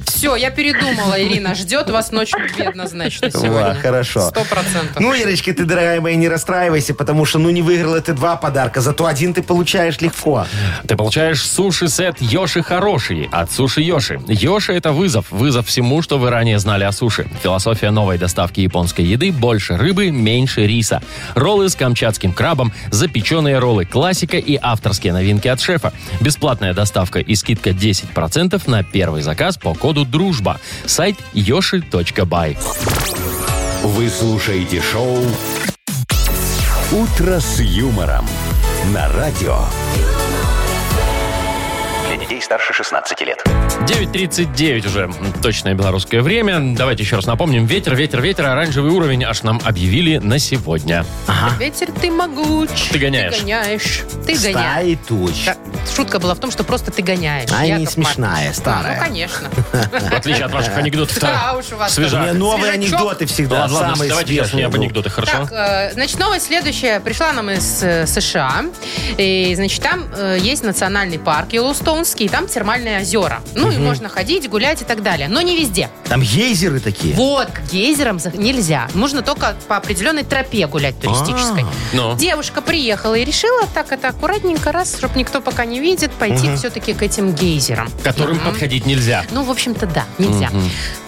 S2: Все, я передумала, Ирина. Ждет вас ночью однозначно
S3: Ва,
S2: сегодня.
S3: хорошо.
S2: Сто процентов.
S3: Ну, Ирочка, ты, дорогая моя, не расстраивайся, потому что, ну, не выиграла ты два подарка, зато один ты получаешь легко.
S1: Ты получаешь суши-сет Йоши Хороший от Суши Йоши. Йоши – это вызов. Вызов всему, что вы ранее знали о суши. Философия новой доставки японской еды – больше рыбы, меньше риса. Роллы с камчатским крабом, запеченные роллы классика и авторские новинки от шефа. Бесплатная доставка и скидка 10% на первый заказ по коду «Дружба». Сайт yoshi.by.
S4: Вы слушаете шоу «Утро с юмором» на радио.
S7: Для детей старше 16 лет.
S1: 9.39 уже точное белорусское время. Давайте еще раз напомним. Ветер, ветер, ветер. Оранжевый уровень аж нам объявили на сегодня.
S2: Ветер, ты могуч.
S1: Ты гоняешь.
S2: Ты гоняешь. Ты гоняешь.
S3: Стаи туч.
S2: Да, Шутка была в том, что просто ты гоняешь.
S3: А не
S2: Яков
S3: смешная,
S2: Маркович.
S3: старая.
S2: Ну, конечно.
S1: В отличие от ваших анекдотов.
S2: Да уж у вас.
S1: Свежа.
S3: Мне новые
S2: Свежачок.
S3: анекдоты всегда,
S1: Ладно, ладно,
S3: самые
S1: давайте сейчас не
S3: свежие.
S1: об анекдотах, хорошо?
S2: Так, э, значит, новость следующая. Пришла нам из э, США. И, значит, там э, есть национальный парк Йеллоустоунский, и там термальные озера. Ну, и можно ходить, гулять и так далее. Но не везде.
S3: Там гейзеры такие.
S2: Вот, к гейзерам за- нельзя. Нужно только по определенной тропе гулять туристической.
S3: А.
S1: Ну.
S2: Девушка приехала и решила так это аккуратненько, раз, чтобы никто пока не видит, пойти все-таки к этим гейзерам.
S1: К которым подходить нельзя.
S2: Ну, в общем-то, да, нельзя.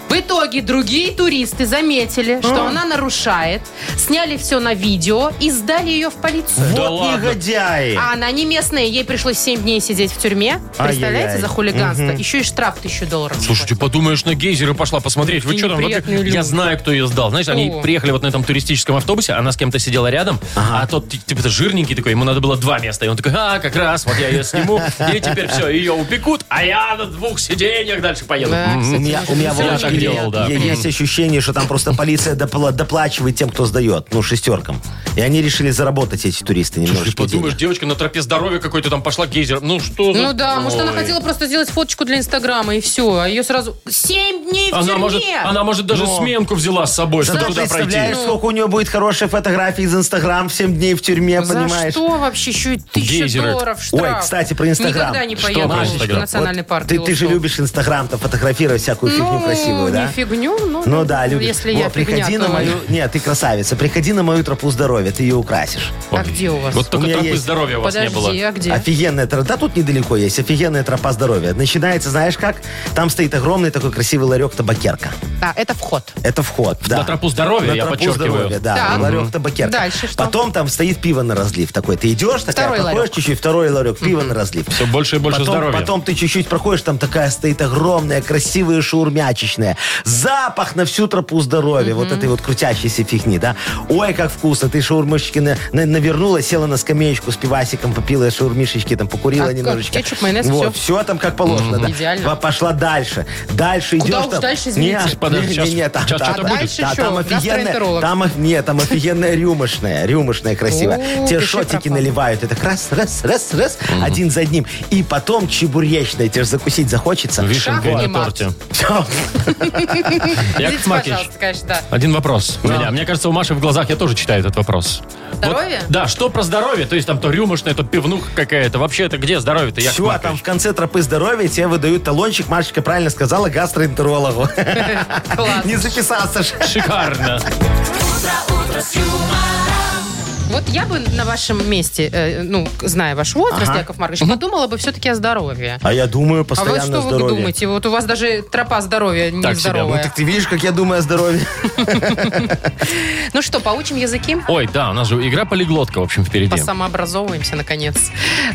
S2: В итоге другие туристы заметили, что она нарушает, сняли все на видео и сдали ее в полицию.
S1: Да
S3: Вот
S1: ладно.
S3: негодяи.
S2: А она не местная, ей пришлось 7 дней сидеть в тюрьме. Представляете,
S3: Ай-яй-яй.
S2: за хулиганство. Еще и штраф 1000 долларов.
S1: Слушайте, подумаешь, на гейзеры пошла посмотреть. Вы
S2: Какие
S1: что там? вообще?
S2: неприятные люди.
S1: Я знаю, кто ее сдал. Знаешь, они
S2: Кто?
S1: приехали вот на этом туристическом автобусе, она с кем-то сидела рядом, а тот, ти- типа, жирненький такой, ему надо было два места. И он такой, а, как раз, вот я ее сниму, и теперь все, ее упекут, а я на двух сиденьях дальше поеду. М-м.
S2: Да,
S1: М.
S3: У меня, у меня
S1: Я
S3: Володь,
S1: так делал, да.
S3: е- есть ощущение, что там просто полиция допла- доплачивает тем, кто сдает, ну, шестеркам. И они решили заработать эти туристы
S1: Слушай,
S3: немножечко.
S1: подумаешь,
S3: денег.
S1: девочка на тропе здоровья какой-то там пошла к гейзерам. Ну что за-
S2: Ну да, может, она
S1: Ой.
S2: хотела просто сделать фоточку для Инстаграма, и все. А ее сразу... Семь дней в
S1: Она
S2: тюрьме!
S1: может, она может даже сменку взяла с собой, чтобы
S3: Зато
S1: туда пройти.
S3: представляешь, сколько у нее будет хороших фотографий из Инстаграм в 7 дней в тюрьме,
S2: За
S3: понимаешь?
S2: что вообще? Еще и тысяча
S1: Гейзеры.
S2: долларов штраф.
S3: Ой, кстати, про Инстаграм.
S2: Никогда не
S1: Что
S2: поеду
S1: про
S2: в
S1: Инстаграм?
S2: национальный
S3: Вот
S2: парк.
S3: Ты, ты же
S2: Белосток.
S3: любишь Инстаграм, там фотографировать всякую
S2: ну,
S3: фигню красивую, да?
S2: не фигню, но...
S3: Ну да, любишь.
S2: Если
S3: Во,
S2: я
S3: приходи
S2: фигня,
S3: на
S2: то-
S3: мою... Нет, ты красавица. Приходи на мою тропу здоровья, ты ее украсишь.
S2: А где у вас?
S1: Вот только
S3: меня
S1: тропы
S3: есть.
S1: здоровья у вас не было.
S2: Подожди, а где?
S3: Офигенная тропа. Да тут недалеко есть. Офигенная тропа здоровья. Начинается, знаешь как? Там стоит огромный такой красивый ларек табакерка.
S2: Да, это вход.
S3: Это вход. Да.
S1: На тропу здоровья,
S3: На
S1: я
S3: тропу
S1: подчеркиваю.
S3: здоровья, да.
S2: Так.
S3: Ларек табакерка.
S2: Дальше что?
S3: Потом там стоит пиво на разлив такой. Ты идешь, такая,
S2: Второй
S3: проходишь
S2: ларек.
S3: чуть-чуть, второй ларек, пиво на разлив.
S1: Все больше и больше
S3: потом,
S1: здоровья.
S3: потом ты чуть-чуть проходишь, там такая стоит огромная, красивая шаурмячечная. Запах на всю тропу здоровья. Вот этой вот крутящейся фигни, да? Ой, как вкусно. Ты шаурмышечки на, на- навернула, села на скамеечку с пивасиком, попила шаурмишечки, там покурила
S2: А, как?
S3: немножечко.
S2: Кетчуп, майонез,
S3: вот,
S2: всё.
S3: там как положено, да.
S2: Идеально.
S3: П- Пошла дальше. Дальше
S2: Куда
S3: идешь
S2: уж
S3: там.
S2: дальше, извините.
S3: Не,
S1: Подожди,
S3: не,
S1: щас-
S3: не, не, там,
S1: щас
S3: да,
S1: что-то
S3: да,
S1: будет.
S2: Дальше
S3: да,
S2: что?
S3: там офигенная,
S2: Гастроэнтеролог.
S3: там, оф- не, там офигенная рюмошная, рюмошная красивая.
S2: О,
S3: Те
S2: пиши
S3: шотики
S2: пропал.
S3: наливают, это раз, раз, раз, раз, один за одним. И потом чебуречная, тебе же закусить захочется.
S1: Вишенка
S2: Шаг
S1: на
S2: не мат.
S1: торте.
S3: Всё.
S2: Извините,
S1: Маркович.
S2: пожалуйста, конечно, да.
S1: Один вопрос у меня. Мне кажется, у Маши в глазах я тоже читаю этот вопрос. Вот-
S2: Здоровье?
S1: да, что про здоровье? То есть там то рюмошная, то пивнуха какая-то. Вообще это где здоровье-то, Яков
S3: Всё, там
S1: Маркович?
S3: в конце тропы здоровья тебе выдают талончик, Машечка правильно сказала, гастроэнтерологу.
S2: Класс.
S3: Не записался же.
S1: Шикарно.
S2: Вот я бы на вашем месте, э, ну, зная ваш возраст,
S3: Ага.
S2: Яков Маркович, подумала бы все-таки о здоровье.
S3: А я думаю
S2: А вот
S3: постоянно
S2: что
S3: о
S2: вы
S3: здоровье.
S2: думаете? Вот у вас даже тропа здоровья
S1: Так себе.
S3: Ну
S2: нездоровая.
S3: так ты видишь, как я думаю о здоровье.
S2: Ну что, поучим языки?
S1: Ой, да, у нас же игра полиглотка, в общем, впереди.
S2: Посамообразовываемся, наконец.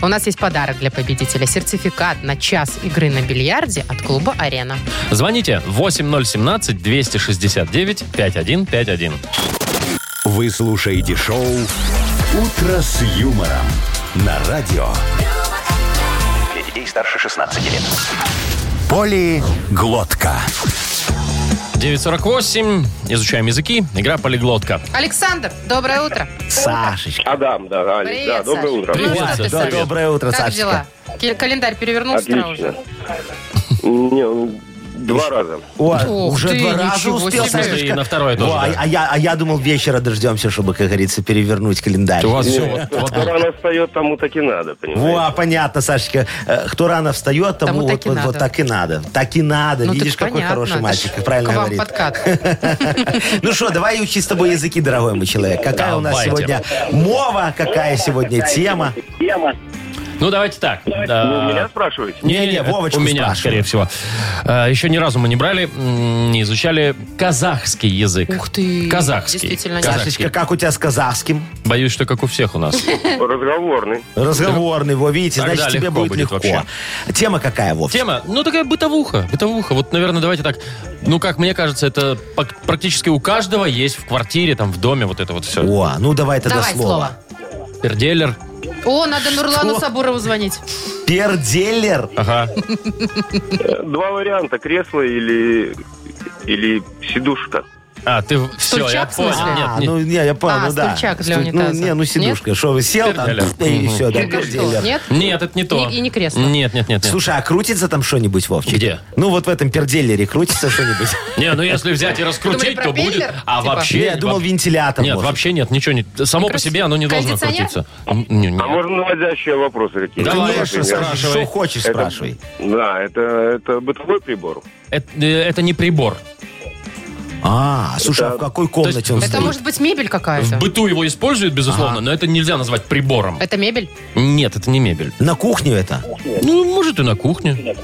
S2: У нас есть подарок для победителя. Сертификат на час игры на бильярде от клуба «Арена».
S1: Звоните 8017-269-5151.
S4: Вы слушаете шоу «Утро с юмором» на радио.
S7: Для детей старше 16 лет.
S4: Полиглотка.
S1: 9.48. Изучаем языки. Игра «Полиглотка».
S2: Александр, доброе утро.
S3: Сашечка.
S5: Адам, да, Алекс,
S2: Привет,
S5: да, доброе
S2: Саша.
S5: утро.
S2: Ну,
S1: Привет,
S2: что
S1: Саша,
S2: ты,
S3: Да,
S1: Привет.
S2: Саша?
S3: доброе утро,
S2: Как
S3: Сашечка.
S2: дела? Кел- Календарь перевернулся вчера
S5: Отлично.
S2: уже?
S5: Не, ну, два раза.
S3: О,
S2: Ух
S3: уже
S2: ты,
S3: два раза
S2: ничего
S3: успел,
S2: себе.
S1: И
S3: Сашечка.
S1: на второе тоже,
S3: Во, а,
S1: да.
S3: а я, а я думал, вечера дождемся, чтобы, как говорится, перевернуть календарь.
S1: У вас все
S5: Не,
S1: вот, вот
S5: кто рано встает, тому так и надо, понимаете?
S3: Во, понятно, Сашечка. Э, Кто рано встает, тому,
S2: Тому
S3: вот,
S2: так и
S3: вот- вот
S2: надо.
S3: так и надо. Так и надо.
S2: Ну,
S3: Видишь,
S2: так
S3: какой
S2: понятно,
S3: хороший
S2: это
S3: мальчик.
S2: ж
S3: Правильно
S2: к вам
S3: говорит.
S2: подкат.
S3: Ну что, давай учить с тобой языки, дорогой мой человек. Какая у нас
S1: Давайте.
S3: сегодня мова, какая сегодня тема.
S1: Ну, давайте так.
S3: Ну,
S5: Вы
S1: А,
S5: меня спрашиваете?
S3: Не-не,
S1: это
S3: Вовочку
S1: У меня,
S3: спрашиваю.
S1: скорее всего. А, Еще ни разу мы не брали, м, не изучали казахский язык.
S2: Ух ты.
S1: Казахский.
S2: Действительно, не-
S1: Казахский.
S3: Сашечка, как у тебя с казахским?
S1: Боюсь, что как у всех у нас.
S5: Разговорный.
S3: Разговорный, во, видите,
S1: Тогда
S3: значит, тебе
S1: легко
S3: будет
S1: будет
S3: легко.
S1: вообще.
S3: Тема какая, Вов?
S1: Тема, ну, такая бытовуха. Бытовуха. Вот, наверное, давайте так. Ну, как мне кажется, это пак- практически у каждого есть в квартире, там, в доме вот это вот все.
S3: О, ну давай тогда
S2: Давай
S3: слово.
S2: слово.
S1: Перделер.
S2: О, надо Нурлану
S3: Что?
S2: Сабурову звонить.
S3: Перделер.
S1: Ага.
S5: Э, Два варианта, кресло или, или сидушка.
S1: А, ты все, я
S2: Стульчак, в смысле?
S1: понял. Нет,
S3: А,
S1: нет.
S3: ну не, я понял,
S2: А,
S3: ну, да.
S2: стульчак для
S3: Стуль-
S2: унитаза.
S3: Ну, не, ну сидушка, что вы сел там,
S1: Перделер.
S3: и все, да,
S2: Только что,
S3: перделер.
S2: Нет?
S1: Нет, это не то.
S2: И- и не кресло.
S1: Нет, нет, нет. нет.
S3: Слушай, а крутится там что-нибудь, Вовчик?
S1: Где?
S3: Ну, вот в этом перделере крутится что-нибудь?
S1: Не, ну если взять и
S2: Думали,
S1: раскрутить, то будет.
S2: пропеллер,
S1: А
S2: типа?
S1: вообще...
S3: Не, я думал, вентилятор.
S1: Нет,
S3: может.
S1: вообще нет, ничего не... Само по
S2: Крас-
S1: себе оно не должно
S2: кондиционер?
S1: крутиться. М, не, не.
S5: А можно наводящие вопросы какие-то?
S1: Давай,
S3: Конечно,
S5: Например.
S1: спрашивай.
S3: Что хочешь,
S5: Это-
S3: спрашивай.
S5: Да, это, это бытовой прибор.
S1: Это, э, это не прибор.
S3: А, слушай, а в какой комнате он
S2: Это
S3: стоит?
S2: может быть мебель
S1: В
S2: какая-то?
S1: быту его используют, безусловно, но это нельзя назвать прибором.
S2: Это мебель?
S1: Нет, это не мебель.
S3: На кухню это?
S1: Ну, может, и на кухне.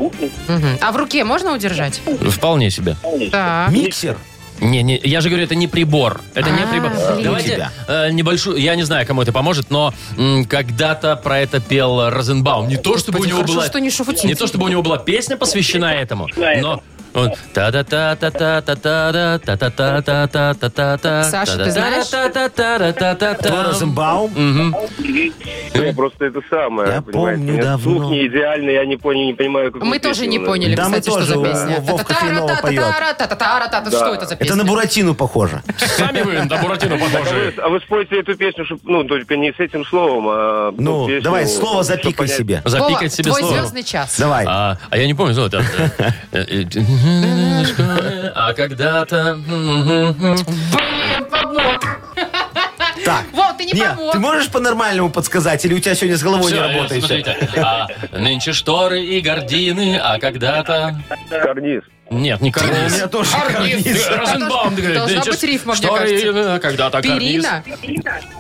S2: Мгм. А в руке можно удержать?
S1: Вполне себе.
S2: Да.
S3: Миксер?
S1: Не, не, я же говорю, это не прибор. Это не
S2: А,
S1: прибор.
S2: блин.
S1: Давайте
S3: Тебя.
S1: э, небольшую, я не знаю, кому это поможет, но м, когда-то про это пел Розенбаум. Не то, чтобы у
S2: Господи,
S1: него
S2: хорошо,
S1: была...
S2: что не шуфутин.
S1: Не то, чтобы у него была песня посвящена этому, но... он та-та-та-та-та-та-та-та, та-та-та-та-та-та-та-та.
S2: Саша, ты знаешь?
S1: Та-та-та-та-та-та-та-та.
S3: Розенбаум?
S1: Мгм.
S5: Я Ну, просто это самое,
S3: Э? Я
S5: понимаете?
S3: помню
S5: У меня
S3: давно.
S5: Слух не идеальный, я не понял, не понимаю, как
S2: Мы тоже не поняли,
S3: Да, мы
S2: кстати, что
S3: тоже,
S2: за
S3: Вов-
S2: песня.
S3: Вовка Хренова поет.
S2: Та-та-та-та-та-та-та-та-та-та. Что это за песня?
S3: Это на Буратину похоже.
S1: Сами вы на Буратино
S5: А вы,
S1: похожи.
S5: а вы спойте эту песню, чтоб, ну, только не с этим словом, а...
S3: Ну,
S5: песню,
S3: давай, слово
S5: чтоб
S3: запикай
S5: понять.
S3: себе.
S2: Вова,
S1: Запикать себе
S2: твой
S1: слово.
S2: звездный час.
S3: Давай.
S1: А, а я не помню, золото. А когда-то...
S3: Так.
S2: Вов, ты не
S3: Нет,
S2: помог.
S3: ты можешь по-нормальнему подсказать, или у тебя сегодня с головой не
S1: Всё,
S3: работает?
S1: смотрите. А, нынче шторы и гардины, а когда-то...
S5: Карниз.
S1: Нет, не
S3: У
S1: карниз.
S3: меня тоже карниз.
S1: Розенбаум, ты говоришь,
S2: Должна
S1: нынче
S2: быть рифма, мне
S1: шторы,
S2: кажется.
S1: а когда-то карниз.
S2: Перина,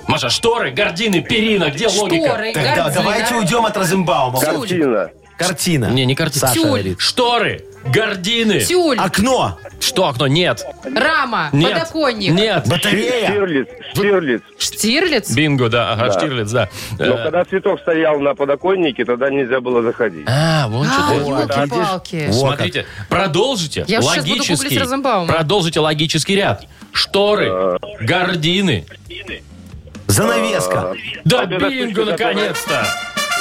S1: Маша, шторы, гардины, перина, где логика?
S2: шторы,
S3: Так, да,
S2: корзина.
S3: давайте уйдем от Розенбаума.
S2: Тюль.
S5: Картина.
S3: Картина.
S1: Не, не картина.
S3: Саша
S2: Тюль.
S3: говорит.
S1: Шторы, гардины.
S3: А
S2: Тюль,
S3: Окно.
S1: Что окно? Нет.
S2: рама,
S1: Нет.
S2: подоконник.
S1: Нет.
S3: Батарея.
S5: Штирлиц. Штирлиц.
S2: Штирлиц?
S1: Бинго, да. Ага,
S5: Да.
S1: Штирлиц, да.
S5: Но
S1: Э,
S5: когда цветок стоял на подоконнике, тогда нельзя было заходить.
S1: А,
S3: ну,
S1: вон что
S2: А,
S1: ты.
S2: елки-палки.
S3: Во как.
S1: Смотрите, продолжите
S2: Я сейчас буду
S1: логический,
S2: гуглить Розенбаума.
S1: продолжите логический ряд. Шторы, гардины.
S3: Занавеска.
S1: Да
S5: Победа
S1: бинго,
S5: Тучкина,
S1: наконец-то!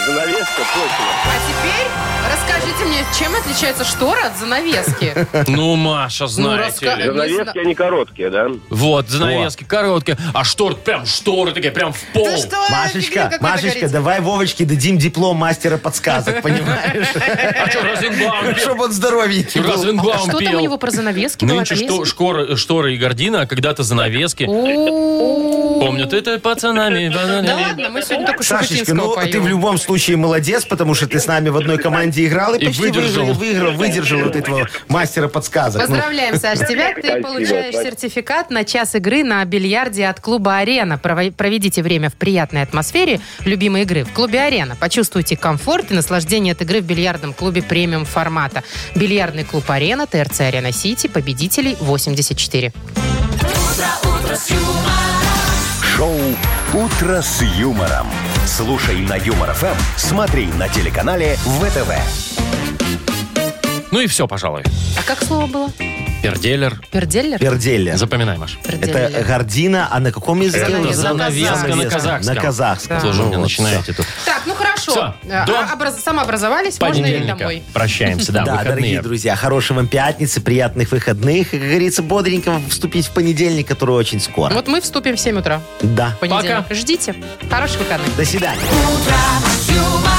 S5: Занавеска, точно.
S2: А теперь расскажите мне, чем отличается штора от занавески?
S1: Ну, Маша,
S2: Ну,
S1: знаете
S2: раска-
S1: ли.
S5: Занавески, они короткие, да?
S1: Вот, занавески короткие, а шторы, прям шторы такие, прям в пол.
S2: Да что вы, фигня
S3: Машечка,
S2: какая-то
S3: Машечка,
S2: говорите.
S3: давай Вовочке дадим диплом мастера подсказок, понимаешь? Ну,
S1: А что, Розенбаум пел?
S3: Чтобы он здоровенький был.
S1: Розенбаум
S2: Что там
S1: пел.
S2: у него про занавески была
S1: Нынче что, шкоры- шторы и гардина, а когда-то занавески. Помнят это пацанами. пацанами.
S2: Да ладно, мы сегодня только
S3: Сашечка,
S2: Шуфутинского
S3: ну ты в
S2: поем.
S3: любом случае молодец, потому что ты с нами в одной команде играл и,
S1: И
S3: почти
S1: выдержал.
S3: выиграл, выиграл, выдержал вот этого мастера подсказок. Ну,
S2: Поздравляем, Саш, тебя. Ты получаешь сертификат на час игры на бильярде от клуба «Арена». Прово- Проведите время в приятной атмосфере любимой игры в клубе «Арена». Почувствуйте комфорт и наслаждение от игры в бильярдном клубе премиум формата. Бильярдный клуб «Арена», ТРЦ «Арена Сити», победителей 84.
S4: Шоу «Утро с юмором». Слушай на Юмор ФМ, смотри на телеканале ВТВ.
S1: Ну и все, пожалуй.
S2: А как слово было?
S1: Перделер.
S2: Перделлер?
S3: Перделя.
S1: Запоминай, Маш.
S3: Это гордина, а на каком языке?
S1: Это
S2: Занавеска
S1: занавеска на
S3: Занавеска.
S1: казахском.
S3: На казахском.
S1: Тоже
S3: Ну
S1: у меня
S3: вот,
S1: начинаете тут.
S2: Так, ну хорошо.
S1: Всё,
S2: А,
S1: до
S2: а, образ- Самообразовались, можно и
S1: Понедельника.
S2: домой.
S1: Прощаемся, да,
S3: Да,
S1: выходные.
S3: дорогие друзья, хорошей вам пятницы, приятных выходных. И, как говорится, бодренько вступить в понедельник, который очень скоро.
S2: Вот мы вступим в 7 утра.
S3: Да.
S2: в Понедельник. Ждите. Хороших выходных.
S3: До свидания.
S9: Юмор.